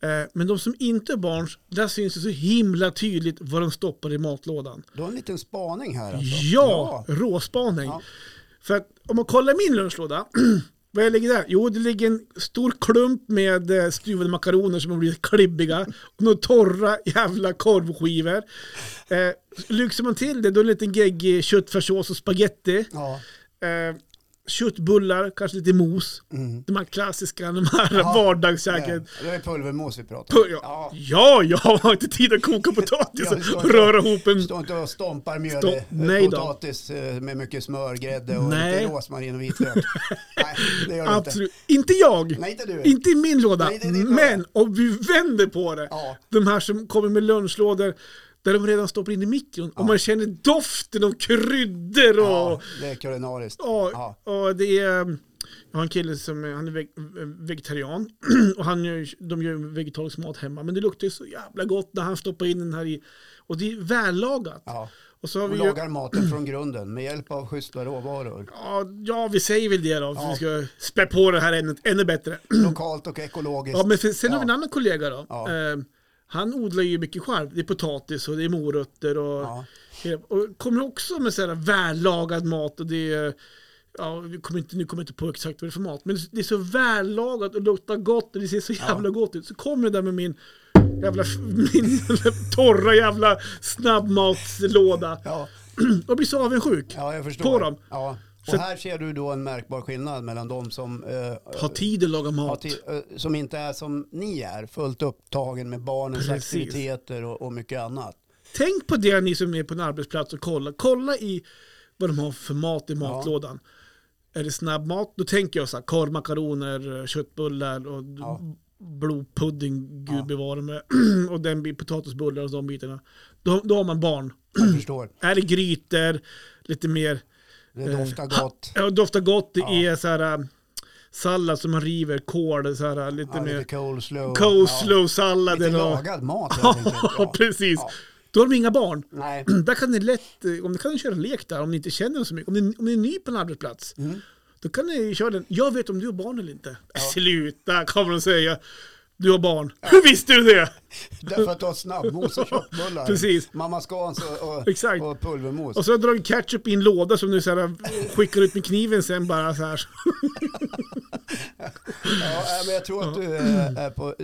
B: Eh, Men de som inte har barn, där syns det så himla tydligt vad de stoppar i matlådan.
A: Du har en liten spaning här alltså.
B: Ja, råspaning.
A: Ja.
B: För att om man kollar min lunchlåda, vad jag ligger där? Jo, det ligger en stor klump med eh, stuvade makaroner som har blivit klibbiga och några torra jävla korvskivor. Eh, lyxar man till det, då är det en liten geggig köttfärssås och spaghetti.
A: Ja.
B: Eh, köttbullar, kanske lite mos. De här klassiska, de här
A: Mm. Ja.
B: vardagskäken.
A: Det är pulvermos vi pratar om.
B: Pu- Ja, ja, jag har inte tid att koka potatis
A: Ja, det ska
B: och
A: jag.
B: röra ihop en
A: Stå inte och stompar
B: Stå-
A: mjöl
B: Nej
A: i
B: då.
A: potatis eh, med mycket smör, grädde och
B: Nej.
A: lite rosmarin och vitlök. Nej, det gör du inte.
B: Absolut. Inte jag.
A: Nej, inte du.
B: Inte i min låda.
A: Nej, inte i din låda.
B: men om vi vänder på det.
A: Ja.
B: De här som kommer med lunchlådor där de redan stoppar in i mikron och man känner doften av kryddor och...
A: Ja, det är kulinariskt.
B: Ja,
A: Ja.
B: och det är... mm, Jag har en kille som är- han är veg, vegetarian och han gör, de gör vegetarisk mat hemma. Men det luktar ju så jävla gott när han stoppar in den här i. Och det är vällagat.
A: Ja.
B: Och så har vi
A: Och
B: ju-
A: lagar maten från grunden med hjälp av schyssta råvaror.
B: ja, ja, vi säger väl det då. För
A: Ja.
B: Vi ska spä på det här ännu, ännu bättre.
A: Lokalt och ekologiskt.
B: Ja, men sen sen har vi en
A: Ja.
B: annan kollega då.
A: Ja.
B: Eh, han odlar ju mycket själv. Det är potatis och det är morötter och,
A: Ja.
B: och kommer också med så här vällagad mat och det är Ja, vi kommer inte, nu kommer jag inte på exakt vad det är för mat, men det är så vällagat och luktar gott och det ser så jävla gott ut. Så kommer det där med min jävla, min jävla torra jävla snabbmatslåda
A: Ja.
B: och blir så avundsjuk.
A: Ja, jag förstår.
B: På dem.
A: Ja. Och
B: Så-
A: här ser du då en märkbar skillnad mellan de som, eh,
B: Ha tid att laga
A: har
B: mat.
A: ti- eh, som inte är som ni är, fullt upptagen med barnens
B: Precis.
A: aktiviteter och, och mycket annat.
B: Tänk på det ni som är på en arbetsplats och kolla. Kolla i vad de har för mat i matlådan. Är det snabbmat, då tänker jag så här korv, makaroner, köttbullar och blodpudding, gud bevare mig. och den bit, potatisbullar och de bitarna. Då, då har man barn.
A: Jag förstår.
B: Är det grytor, lite mer, Eh,
A: Det doftar gott.
B: ja, doftar gott, det är så här äh, sallad som man river, kål, så här, äh, lite
A: Ja,
B: mer
A: lite coleslaw. Ja,
B: coleslaw-sallad.
A: lite
B: eller-
A: lagad mat helt enkelt.
B: Ja,
A: Ja.
B: precis.
A: Ja.
B: Då har de inga barn.
A: Nej,
B: Där kan ni lätt, eh, om ni kan köra lek där, om ni inte känner dem så mycket. Om ni, om ni är ny på en arbetsplats,
A: Mm.
B: då kan ni köra den. Jag vet om du har barn eller inte. Sluta, kommer de säga. Du har barn. Hur visste du det?
A: därför att du har snabbmos och köttbullar.
B: Precis.
A: Mamma Scans och, och,
B: Exakt.
A: och pulvermos.
B: Och så har jag dragit ketchup i en låda som du så här, eh, skickar ut med kniven sen bara så här.
A: Ja, äh, men jag tror att du
B: Mm.
A: är, är, på, eh,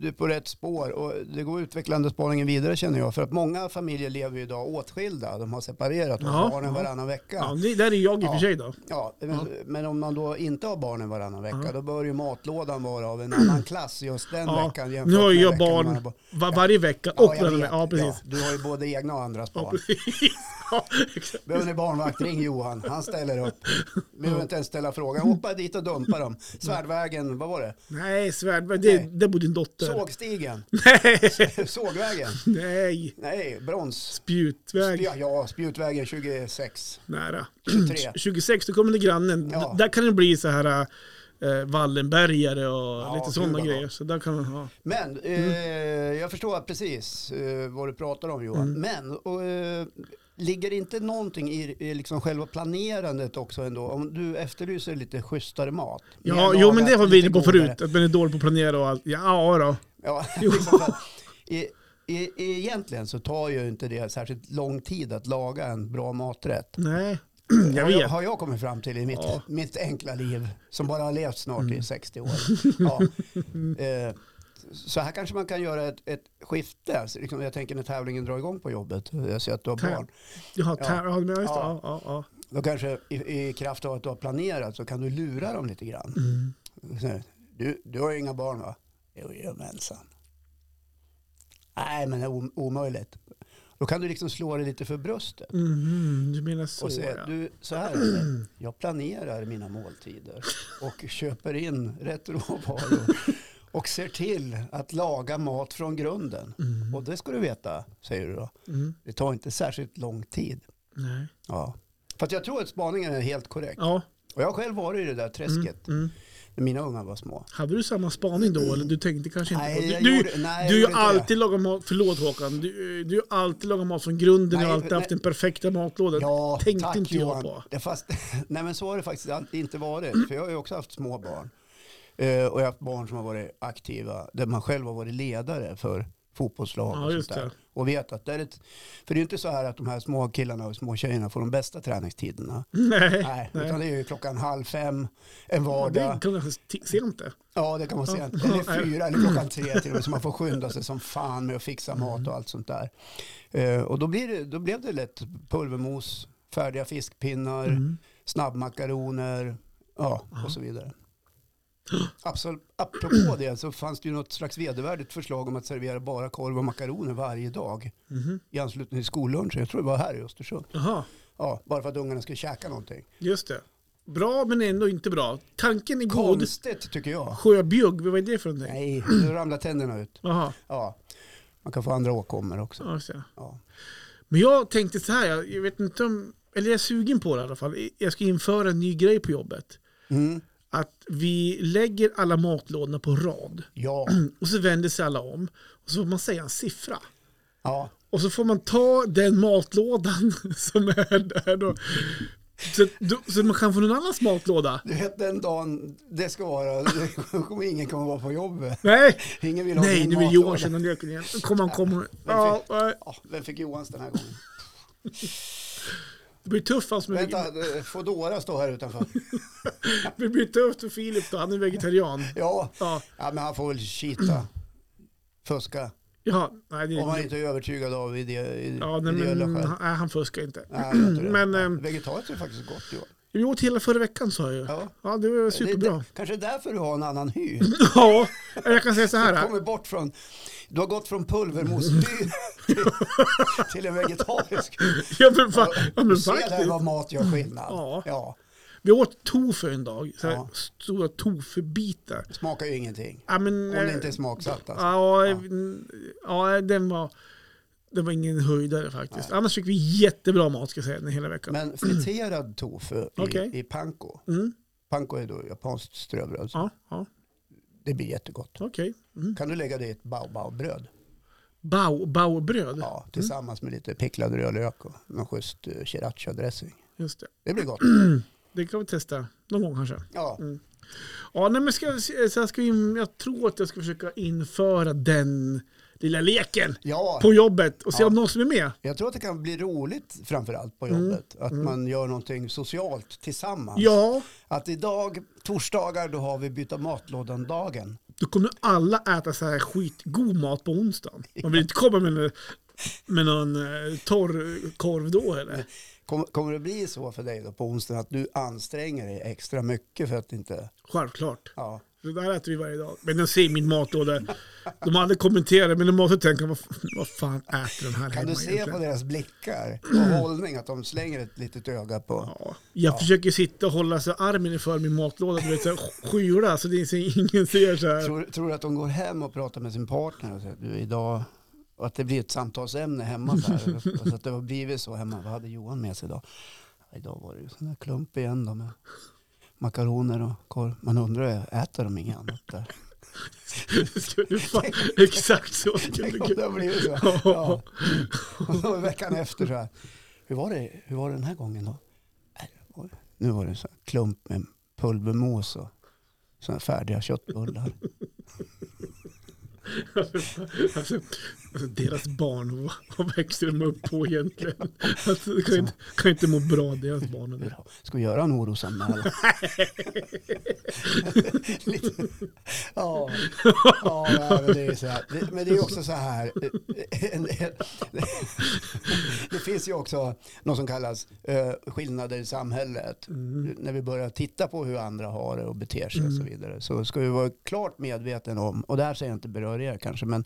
A: du är på rätt spår och det går utvecklande spaningen vidare känner jag. För att många familjer lever ju idag åtskilda. De har separerat och
B: Ja,
A: har barnen varannan vecka.
B: Ja,
A: Ja.
B: det, där är jag i och för sig då.
A: men, men om man då inte har barnen varannan vecka då bör ju matlådan vara av en annan klass just den
B: Ja,
A: veckan. jämfört
B: nu har ju
A: med
B: jag
A: veckan man
B: barn
A: har bar-
B: va- varje vecka och
A: Ja, jag
B: varannan
A: vet.
B: vecka. Ja,
A: Ja,
B: pregas.
A: du har ju både egna och andras barn.
B: Ja, exakt.
A: Behöver ni barnvakt, ring Johan. Han ställer upp. Behöver inte ens ställa frågan. Hoppa dit och dumpa dem. Svärdvägen, vad var det?
B: Nej, Svärdberg, det,
A: Nej.
B: där bor din dotter.
A: Sågstigen.
B: Nej,
A: Sågvägen.
B: nej.
A: Nej, brons.
B: Spjutväg.
A: Ja, ja, Spjutvägen 26.
B: Nära.
A: 23.
B: 26, då kommer det grannen.
A: Ja.
B: D- Där kan det bli så här eh, Wallenbergare och lite
A: gud,
B: sådana
A: vad
B: grejer.
A: gott.
B: Så där kan man ha.
A: Men
B: Mm.
A: eh, jag förstår precis eh, vad du pratar om Johan. Men och, eh, ligger det inte någonting i, i liksom själva planerandet också ändå? Om du efterlyser lite schysstare mat.
B: Ja,
A: Mer
B: jo men det
A: lagat,
B: var vi
A: lite
B: inne på
A: godare.
B: förut. Att man är dålig på att planera och allt. Ja, då.
A: Ja, liksom för att, e, e, egentligen så tar ju inte det särskilt lång tid att laga en bra maträtt.
B: Nej, jag
A: Har jag,
B: vet.
A: har jag kommit fram till i mitt,
B: Ja.
A: mitt enkla liv som bara har levt snart i 60 år. Ja. Eh, så här kanske man kan göra ett, ett skifte. Så liksom, Jag tänker när tävlingen drar igång på jobbet, jag ser att du har
B: Tä-
A: barn.
B: Jaha, tar- ja, men just det.
A: Ja.
B: Ja, ja, ja.
A: Då kanske i, i kraft av att du har planerat så kan du lura dem lite grann.
B: Mm.
A: Så här, Du, du har ju inga barn va? Jo, Jajamensan. Nej men det är om, omöjligt. Då kan du liksom slå dig lite för bröstet
B: Mhm, du menar så
A: och säga,
B: ja.
A: du, så här är det. Jag planerar mina måltider och köper in rätt råvaror och ser till att laga mat från grunden.
B: Mm.
A: Och det ska du veta, säger du då.
B: Mm.
A: Det tar inte särskilt lång tid.
B: Nej.
A: Ja. För att jag tror att spaningen är helt korrekt.
B: Ja.
A: Och jag har själv varit i det där
B: Mm.
A: träsket
B: Mm.
A: när mina ungar var små.
B: Hade du samma spaning då eller du tänkte kanske inte på
A: Nej,
B: det?
A: jag
B: Du,
A: gjorde, nej, jag
B: du har
A: gjorde inte det.
B: alltid lagat mat, förlåt Håkan, du, du har alltid lagat mat från grunden och
A: Nej,
B: alltid haft
A: nej.
B: den perfekta matlådan.
A: Ja,
B: tänkte
A: tack
B: inte jag
A: Johan.
B: på.
A: Det fast, nej men så har det faktiskt all- inte varit. För jag har ju också haft små barn. Eh, och jag har haft barn som har varit aktiva. Där man själv har varit ledare för fotbollslag
B: Ja,
A: och
B: just
A: sånt där.
B: det.
A: Och vet att det är ett, För det är ju inte så här att de här små killarna och små tjejerna får de bästa träningstiderna.
B: Nej,
A: Nej,
B: nej.
A: utan det är ju klockan halv fem en
B: Ja,
A: vardag.
B: det kan man se- se inte.
A: Ja, det kan man säga.
B: Ja.
A: Eller fyra eller klockan tre till och med. Så man får skynda sig som fan med att fixa mat och allt sånt där. Eh, och då, blir det, då blev det lätt pulvermos, färdiga fiskpinnar,
B: Mm.
A: snabbmakaroner ja, och så vidare. Absolut. Apropå det så fanns det ju något slags vedervärdigt förslag om att servera bara korv och makaroner varje dag
B: Mhm.
A: i anslutning till skollunchen. Jag tror det var här i Östersund.
B: Jaha,
A: Ja, bara för att ungarna skulle käka någonting.
B: just det. Bra men ändå inte bra. Tanken är god.
A: Konstigt tycker jag.
B: Sjöbjugg, vad är det för någonting?
A: Nej, nu ramlar tänderna ut.
B: Jaha,
A: Ja, man kan få andra åkommor också.
B: ja, just det.
A: Ja.
B: Men jag tänkte så här, jag jag vet inte om, eller jag är sugen på det i alla fall. Jag ska införa en ny grej på jobbet.
A: Mm.
B: Att vi lägger alla matlådorna på rad.
A: Ja.
B: Och så vänder sig alla om. Och så får man säga en siffra.
A: ja.
B: Och så får man ta den matlådan som är där då. Så, att då, så att man kan få någon annans matlåda.
A: Du vet den dagen det ska vara, det kommer, ingen kommer vara på jobbet.
B: Nej,
A: Ingen vill ha
B: Nej
A: sin
B: nu är
A: matlåda.
B: Johan känner löken igen. Då Kommer han komma. Ja, eh,
A: varför?
B: ja,
A: Ja, vem fick Johans den här gången?
B: det blir tufft alltså med,
A: Vänta, eh, Foodora står här utanför.
B: det blir tufft för Filip då, han är vegetarian.
A: Ja,
B: Ja,
A: ja men han får väl kita. Fuska.
B: ja nej det
A: Om han
B: är
A: inte är övertygad av ide, ide,
B: Ja, nej,
A: ideella
B: men,
A: skäl.
B: han, nej, han fuskar inte.
A: Nej, jag tror det.
B: Men, ehm,
A: Vegetariskt är faktiskt gott Johan.
B: Vi åt hela förra veckan sa jag ju.
A: Ja.
B: Ja, det var
A: Det är
B: superbra.
A: där- Kanske därför du har en annan hy.
B: Ja, jag kan säga så
A: Du
B: här.
A: kommer bort från, du har gått från pulvermosby till, till en vegetarisk.
B: Ja, men, fa- ja, men
A: Du ser där
B: faktiskt.
A: vad mat gör skillnad.
B: Ja.
A: Ja,
B: Vi åt tofu en dag. Så här
A: Ja.
B: Stora tofubitar.
A: smakar ju ingenting.
B: Ja, men, eh,
A: Om det inte är smaksatt alltså.
B: ja, ja. den var... Det var ingen höjdare faktiskt. Annars fick vi jättebra mat ska jag säga den hela veckan.
A: Men friterad tofu i,
B: Okej.
A: i panko.
B: Mm.
A: Panko är då japanskt ströbröd. så
B: Ja, ja
A: Det blir jättegott.
B: okej. Mm.
A: Kan du lägga det i ett baobaobröd?
B: Bao, baobröd.
A: Ja, tillsammans med lite picklad rödlök och någon schysst eh, sriracha-dressing.
B: Just det.
A: Det blir gott.
B: Mm. Det kan vi testa någon gång kanske.
A: Ja,
B: Ja, nej, men ska, jag se- så här ska vi, jag tror att jag ska försöka införa den lilla leken
A: ja.
B: på jobbet och se
A: Ja. Alltså.
B: om någon som är med.
A: Jag tror att det kan bli roligt framförallt på jobbet. Att man gör någonting socialt tillsammans.
B: Ja,
A: Att idag, torsdagar, då har vi byta matlådan-dagen.
B: då kommer alla äta så här skitgod mat på onsdagen. Man vill inte komma med, någon- med någon eh, torr korv då eller?
A: Kom, kommer det bli så för dig då på onsdag att du anstränger dig extra mycket för att inte...
B: Självklart.
A: Ja,
B: Det där äter vi varje dag. Men de ser min matlåda. De hade kommenterat men de måste tänka vad, f- vad fan äter den här
A: kan du
B: hemma
A: se
B: egentligen?
A: på deras blickar och hållning att de slänger ett litet öga på...
B: Ja, jag försöker sitta och hålla så armen för min matlåda, du vet, så här, skyla så det är så ingen ser så här.
A: Tror, tror du att de går hem och pratar med sin partner och säger du idag... Och att det blir ett samtalsämne hemma så här. Och så att det har blivit så hemma. Vad hade Johan med sig idag? Ja, Idag var det ju sån där klump igen då med makaroner och korv. Man undrar ju, äter de inget annat där?
B: Skulle du fan- Exakt så skulle
A: Tänk om det
B: du
A: har blivit så. Ja. Och så veckan efter så här. Hur var det, hur var det den här gången då? Nej, det var- Nu var det en sån här klump med pulvermos och såna här färdiga köttbullar.
B: alltså, alltså, deras barn, vad- vad växer de upp på egentligen? Alltså, det kan, ju inte, kan ju inte må bra deras barn. av det.
A: Ja, Ska vi göra en orosanmälan? Lite- ja, ja nej, men, det är så här. Det- men det är också så här. eh, En, en, det finns ju också något som kallas eh, skillnader i samhället. När vi börjar titta på hur andra har det och beter sig och så vidare så ska vi vara klart medveten om, och det här säger jag inte berör er kanske, men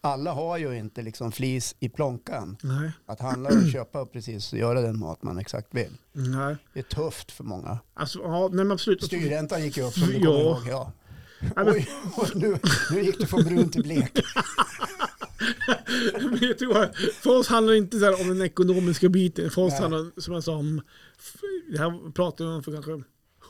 A: alla har ju inte liksom flis i plånkan.
B: Nej.
A: Att handla och köpa och precis göra den mat man exakt vill.
B: Nej.
A: Det är tufft för många.
B: Alltså, ja, nej men absolut.
A: Styrräntan gick ju upp som du
B: Ja.
A: kommer ihåg. Ja.
B: Nej, men-
A: Oj, och nu, nu gick du från brun till blek.
B: Men jag tror att för oss handlar det inte så här om den ekonomiska biten. För oss
A: Nej.
B: handlar det, som jag sa om, det här pratade vi om för kanske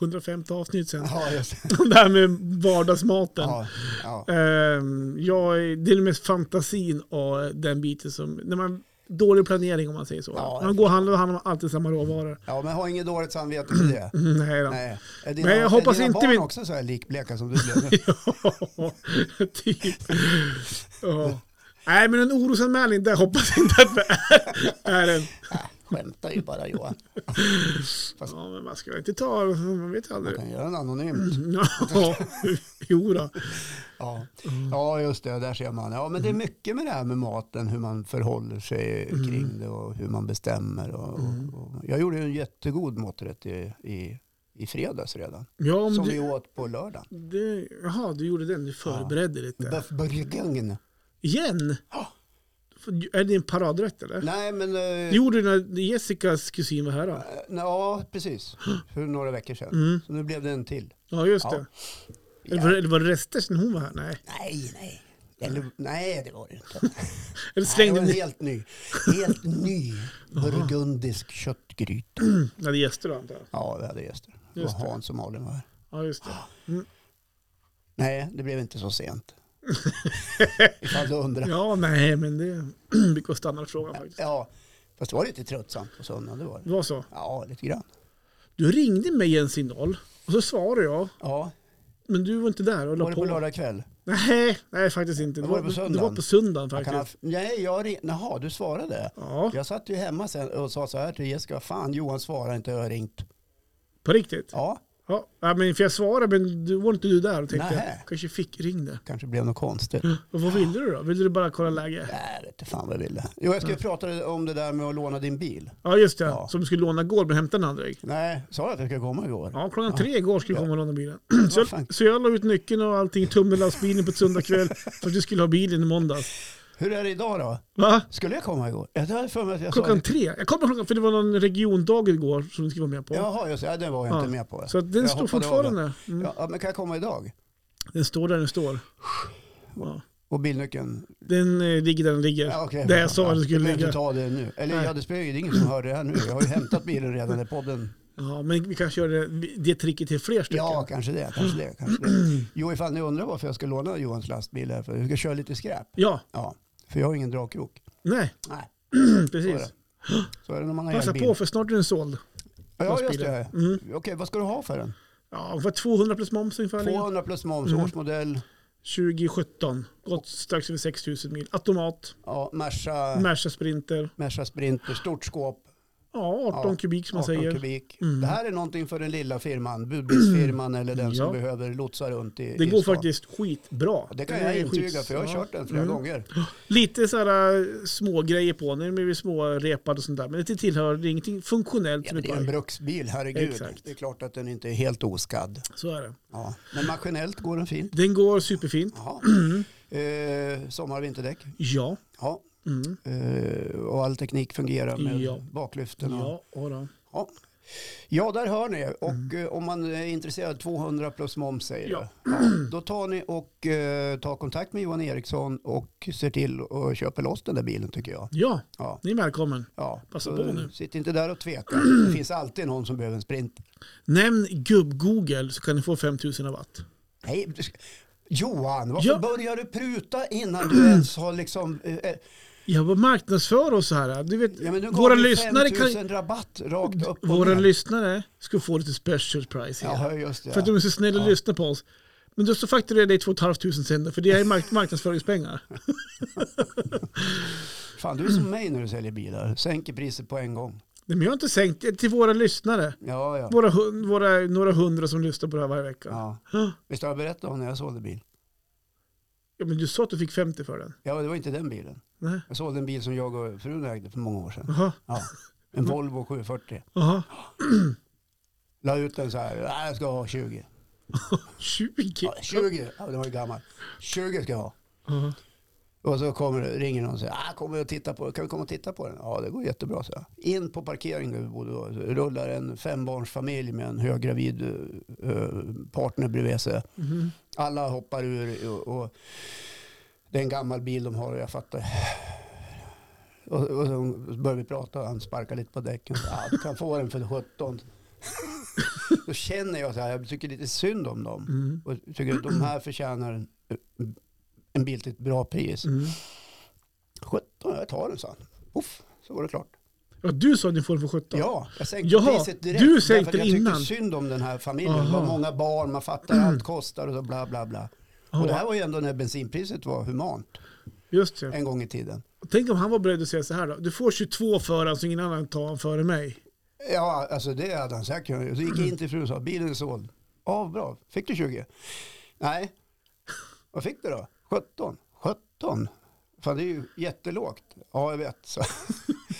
B: 150 avsnitt sedan.
A: Ja, just det.
B: Om det här med vardagsmaten.
A: Ja, ja.
B: Ehm, jag är, det är mest fantasin och den biten som, när man, dålig planering om man säger så.
A: Ja, jag
B: man går och handlar och handlar alltid samma råvaror.
A: ja, men ha inget dåligt samvete för det.
B: Mm, Nej då.
A: Nej. Är
B: Men jag hoppas
A: är dina
B: inte
A: barn
B: vi-
A: också så här likbleka som du blev? nu?
B: Ja, typ. Ja. Nej men en orosanmälning, där hoppas jag inte att det är, är en.
A: Skämtar ju bara Johan.
B: Ja, men man ska väl inte ta, man vet aldrig.
A: Kan göra en anonymt.
B: Ja, jo då.
A: Ja. ja, just det. Där ser man. Ja,
B: Mm.
A: men det är mycket med det här med maten, hur man förhåller sig kring det och hur man bestämmer. Och,
B: Mm.
A: och, och. Jag gjorde ju en jättegod maträtt i, i, i fredags redan,
B: Ja, om
A: som
B: du,
A: vi åt på lördagen.
B: det, jaha, du gjorde den, du förberedde lite.
A: Bœuf bourguignon.
B: Igen?
A: Ja.
B: För- Är det en paradrätt eller?
A: Nej, men... eh,
B: Det gjorde du när Jessicas kusin var här då?
A: eh, Ja, precis. För några veckor sedan.
B: Mm.
A: Så nu blev det en till.
B: Ja, just
A: Ja.
B: det. Eller var, det- eller var det rester sen hon var här? Nej.
A: Nej, nej. Eller, nej, det var det inte.
B: Eller
A: Nej, det
B: slängde
A: var en
B: ni?
A: helt ny. Helt ny burgundisk köttgryta.
B: Ni hade gäster då antar jag?
A: Ja, vi hade gäster. Det
B: Mm.
A: var
B: Just det.
A: Hans och Malin var här.
B: Ja, just det.
A: Nej, det blev inte så sent. Ifall du undrar.
B: Ja, nej, men det brukar stanna frågan faktiskt.
A: Ja, fast det var lite tröttsamt på söndagen. Det var
B: Det
A: det.
B: var så.
A: Ja, lite grann.
B: Du ringde mig en signal och så svarade jag,
A: Ja,
B: men du var inte där och la
A: var det
B: på.
A: på lördag kväll?
B: Nej, nej faktiskt inte. Det
A: Var
B: var,
A: det på söndagen?
B: det var på söndagen
A: Jag
B: faktiskt.
A: kan ha, nej, jag ring, Jaha, du svarade.
B: Ja,
A: Jag satt ju hemma sen och sa så här till Jessica. Fan, Johan svarar inte. Jag har ringt.
B: på riktigt.
A: Ja,
B: Ja, ja, men för jag svarade, men du var inte du där och tänkte
A: Nej.
B: jag kanske fick ring det.
A: kanske blev något konstigt.
B: Och vad ville du då? Ville du bara kolla läge?
A: Nej, inte fan vad jag ville. Jo, jag skulle
B: Mm.
A: prata om det där med att låna din bil.
B: Ja, just det.
A: Ja.
B: Som du skulle låna igår, men hämtade den aldrig.
A: Nej, sa jag att jag skulle komma igår?
B: Ja, klockan tre igår skulle du komma och låna bilen. Så,
A: Vad fan.
B: jag- så jag la ut nyckeln och allting i tummelastbilen på ett söndag kväll för att du skulle ha bilen i måndags.
A: Hur är det idag då?
B: Va?
A: Skulle jag komma igår? Jag hade för mig att jag sa
B: Klockan tre? Jag kommer klockan, för det var någon regiondag igår som du skulle vara med på.
A: Jaha, just det. Ja, den var jag inte
B: Ja.
A: med på.
B: Så att den
A: Jag
B: står
A: hoppade av den.
B: fortfarande. Mm.
A: Ja, men kan jag komma idag?
B: Den står där den står. Ja.
A: Och bilnyckeln?
B: Den eh, ligger där den ligger.
A: Ja, okej.
B: där jag sa att den
A: Jag
B: skulle
A: behöver
B: ligga.
A: inte ta det nu. Eller
B: Nej.
A: ja, det spelar ju det är ingen som hör det här nu. Jag har ju hämtat bilen redan när podden.
B: Ja, men vi kanske gör det, det tricket till fler stycken.
A: Ja, kanske det. Kanske det, kanske det. Jo, ifall ni undrar varför jag ska låna Johans lastbil här. För jag ska köra lite skräp.
B: Ja,
A: Ja, för jag har ingen dragkrok.
B: nej,
A: Nej, så är
B: precis.
A: det. Så är det när man har
B: Passa
A: elbil.
B: på för snart är den såld.
A: Ja, just det.
B: Mm.
A: Okej, vad ska du ha för den?
B: Ja, ungefär 200 plus moms ungefär.
A: 200 plus moms,
B: Mm.
A: årsmodell,
B: 2017. Gått strax över 6000 mil. Automat,
A: ja, Merca,
B: Merca Sprinter.
A: Merca Sprinter, stort skåp,
B: Ja, 18
A: Ja,
B: kubik som man
A: 18
B: säger. Mm.
A: kubik. Det här är någonting för den lilla firman, budbilsfirman eller den som
B: Ja.
A: behöver lotsa runt i
B: Det
A: i
B: går
A: stan.
B: faktiskt skitbra.
A: Det kan
B: Den
A: jag
B: är
A: intyga
B: skits-
A: för jag
B: ja.
A: har kört den flera
B: Mm.
A: gånger.
B: Lite sådär små grejer på den, med små repad och sånt där. Men det tillhör det är ingenting funktionellt
A: Ja,
B: som
A: men det är
B: inte
A: en
B: har.
A: bruksbil, herregud.
B: Exakt.
A: Det är klart att den inte är helt oskadd.
B: Så är det.
A: Ja. Men maskinellt går den fint.
B: Den går superfint.
A: Jaha.
B: Mm.
A: Eh, sommar och vinterdäck.
B: Ja.
A: Ja.
B: Mm.
A: Eh, och all teknik fungerar med
B: Ja.
A: baklyften. Och,
B: Ja, och då.
A: Ja. ja, där hör ni. Och eh, om man är intresserad, 200 plus moms säger
B: Ja.
A: du. Ja. Då tar ni och eh, tar kontakt med Johan Eriksson och ser till att köpa loss den där bilen tycker jag.
B: ja,
A: Ja.
B: ni är välkommen.
A: Ja.
B: Passa
A: Så,
B: på nu.
A: Sitt inte där och tveka. Det finns alltid någon som behöver en sprint.
B: Nämn gubb-Google så kan ni få 5000 rabatt.
A: Nej, du ska- Johan, varför
B: Ja.
A: börjar du pruta innan du ens har liksom... eh, eh,
B: Jag var marknadsför oss så här. Du vet,
A: Ja, men nu
B: våra
A: gav du
B: lyssnare kan
A: 5000 rabatt rakt upp och
B: Våra
A: ner.
B: lyssnare ska få lite special price här.
A: Jaha, just det.
B: För att de är så snälla och
A: Ja.
B: lyssnar på oss. Men då så fakturerar jag dig 2 500 sen för det är mark- marknadsföringspengar.
A: Fan, du är som mig när du säljer bilar. Sänker priset på en gång.
B: Nej, men jag har inte sänkt det till våra lyssnare.
A: Ja, ja.
B: Våra, hun- våra några hundra som lyssnar på det här varje vecka. Ja.
A: ja. Visst har jag berättat om när jag sålde bil?
B: men du sa att du fick 50 för den.
A: Ja, det var inte den bilen.
B: Nej.
A: Jag sålde en bil som jag och frun ägde för många år sedan.
B: Jaha.
A: Ja. En
B: Mm.
A: Volvo 740.
B: Jaha.
A: La ut den så här, "Nej, jag ska ha 20.
B: 20?
A: Ja, 20, ja, den var ju gammal. 20 ska jag ha.
B: Jaha.
A: Och så kommer, ringer någon och säger, ah, kommer vi och titta på, kan vi komma och titta på den? Ja, det går jättebra, så. In på parkeringen där vi bodde då, så rullar en fembarnsfamilj med en höggravid eh, partner bredvid sig.
B: Mhm.
A: Alla hoppar ur och, och det är en gammal bil de har och jag fattar. Och, och så börjar vi prata och han sparkar lite på däcken. Ja, du kan få den för 17. Då känner jag så här, jag tycker lite synd om dem.
B: Mm.
A: Och tycker att de här förtjänar en, en bil till ett bra pris.
B: Mm.
A: 17, jag tar den sa han. Uff, så var det klart.
B: Ja, du sa att ni får den för 17.
A: Ja, jag sänkte
B: Jaha,
A: priset direkt.
B: du
A: därför att
B: sänkte
A: jag
B: innan.
A: tyckte synd om den här familjen. Det
B: Aha. Mm.
A: var många barn, man fattar allt kostar och så bla bla bla.
B: Ja,
A: Och det här var ju ändå när bensinpriset var humant
B: Just det.
A: en gång i tiden.
B: Tänk om han var beredd att säga så här då. Du får 22 för han så ingen annan tar han före mig.
A: Ja, alltså det hade han säkert kunnat göra. Så gick jag in till frun och sa, bilen är såld. Ja, bra. Fick du 20? Nej. Vad fick du då? 17. 17? Fan, det är ju jättelågt. Ja, jag vet. Så.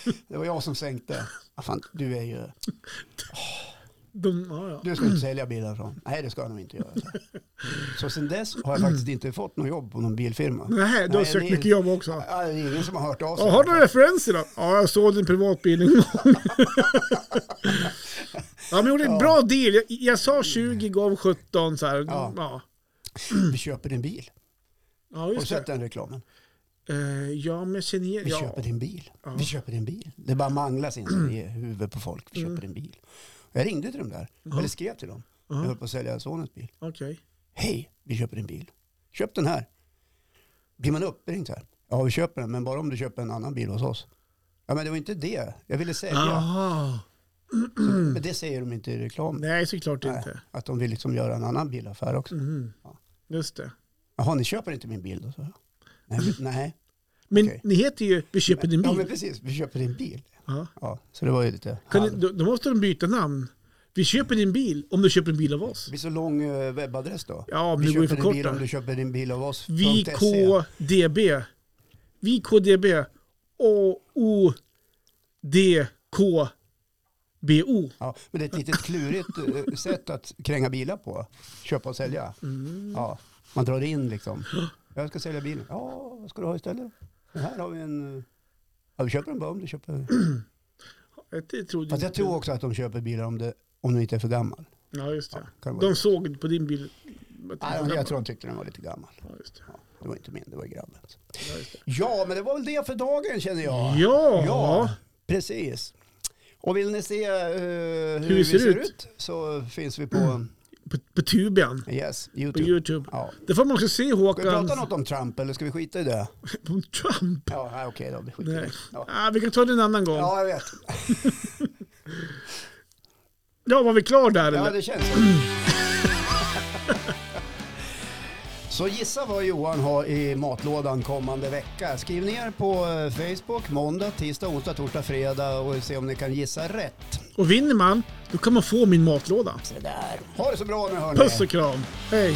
A: Det var jag som sänkte. Ja, fan, du är ju...
B: De, ja, ja.
A: Du ska inte sälja bilar, så. Nej, det ska jag nog inte göra. Så. så sen dess har jag faktiskt inte fått något jobb på någon bilfirma.
B: Nej, du har
A: Nej,
B: sökt
A: det-
B: mycket jobb också.
A: Ja, Det är ingen som har hört av sig.
B: Ja, har du referenser då? Ja, jag såg din privatbil en gång. ja, men jag gjorde en bra deal. Jag, jag sa 20, gav 17 så här.
A: Ja.
B: Ja,
A: Vi köper din bil.
B: ja
A: Har du
B: just
A: sett
B: det.
A: den reklamen?
B: Eh, ja, men jag känner igen...
A: Vi
B: Ja. Mm.
A: köper din bil. Vi köper din bil. Det bara manglas in så i huvudet på folk. Vi köper din bil. Jag ringde till dem där. Eller skrev till dem. Jag höll på att sälja sonens bil.
B: Okej.
A: Hej, vi köper din bil. Köp den här. Blir man uppringd så här? Ja, vi köper den, men bara om du köper en annan bil hos oss. Ja, men det var inte det. Jag ville sälja.
B: Aha.
A: Så, men det säger de inte i reklamen.
B: Ah, mm. Nej, såklart
A: Nej,
B: inte.
A: Att de vill liksom göra en annan bilaffär också.
B: Mm.
A: Ja.
B: Just det.
A: Jaha, ni köper inte min bil då? Så. Nej, vi- nej.
B: Men
A: Okej.
B: ni heter ju Vi köper din
A: Ja, men
B: bil.
A: precis. Vi köper din bil.
B: Ja.
A: Ja, så det var ju lite...
B: Kan ni,
A: halv.
B: då, då måste de byta namn. Vi köper din bil om du köper en bil av
A: Det
B: oss.
A: blir så lång eh, webbadress då.
B: Ja, men
A: Vi
B: det går ju
A: köper din bil
B: förkorta.
A: om du köper din bil av oss. E. .se.
B: VKDB. VKDB. O-O-D-K-B-O.
A: Ja, men det är ett litet klurigt eh, sätt att kränga bilar på. Köpa och sälja.
B: Mm.
A: Ja, man drar in liksom. Jag ska sälja bilen. Ja, vad ska du ha istället? Men här har vi en... eh, Ja, vi köper en bara om du köper...
B: Det trodde
A: Fast jag
B: inte.
A: tror också att de köper bilar om, det, om du inte är för gammal.
B: Ja, just det.
A: Kan vara
B: De
A: det.
B: såg på din bil. att den
A: Nej,
B: var
A: jag tror de tyckte den var lite gammal.
B: gammal. Ja, just det.
A: Ja, det var inte min, det var grabbens.
B: Ja, just det.
A: Ja, men det var väl det för dagen känner jag.
B: Ja.
A: Ja, precis. Och vill ni se eh, hur,
B: vi
A: vi
B: ser
A: ser,
B: ut? Mm.
A: ut? så finns vi på
B: På, på tuben.
A: yes,
B: På
A: YouTube.
B: YouTube.
A: Ja.
B: Där får man också se
A: Ska vi prata
B: Håkan.
A: något om Trump eller ska vi skita i det?
B: Trump.
A: Ja, nej, okej då. Vi skiter i
B: Nej.
A: det. Ja.
B: Ah, vi kan ta det en annan gång. Ja,
A: ja, jag vet.
B: var vi klar där
A: Ja,
B: eller?
A: det känns så. Så gissa vad Johan har i matlådan kommande vecka. Skriv ner på eh, Facebook måndag, tisdag, onsdag, torsdag, fredag och se om ni kan gissa rätt.
B: Och vinner man, då kan man få min matlåda.
A: Det där. Ha det så bra nu hörni.
B: Puss och kram. Hej.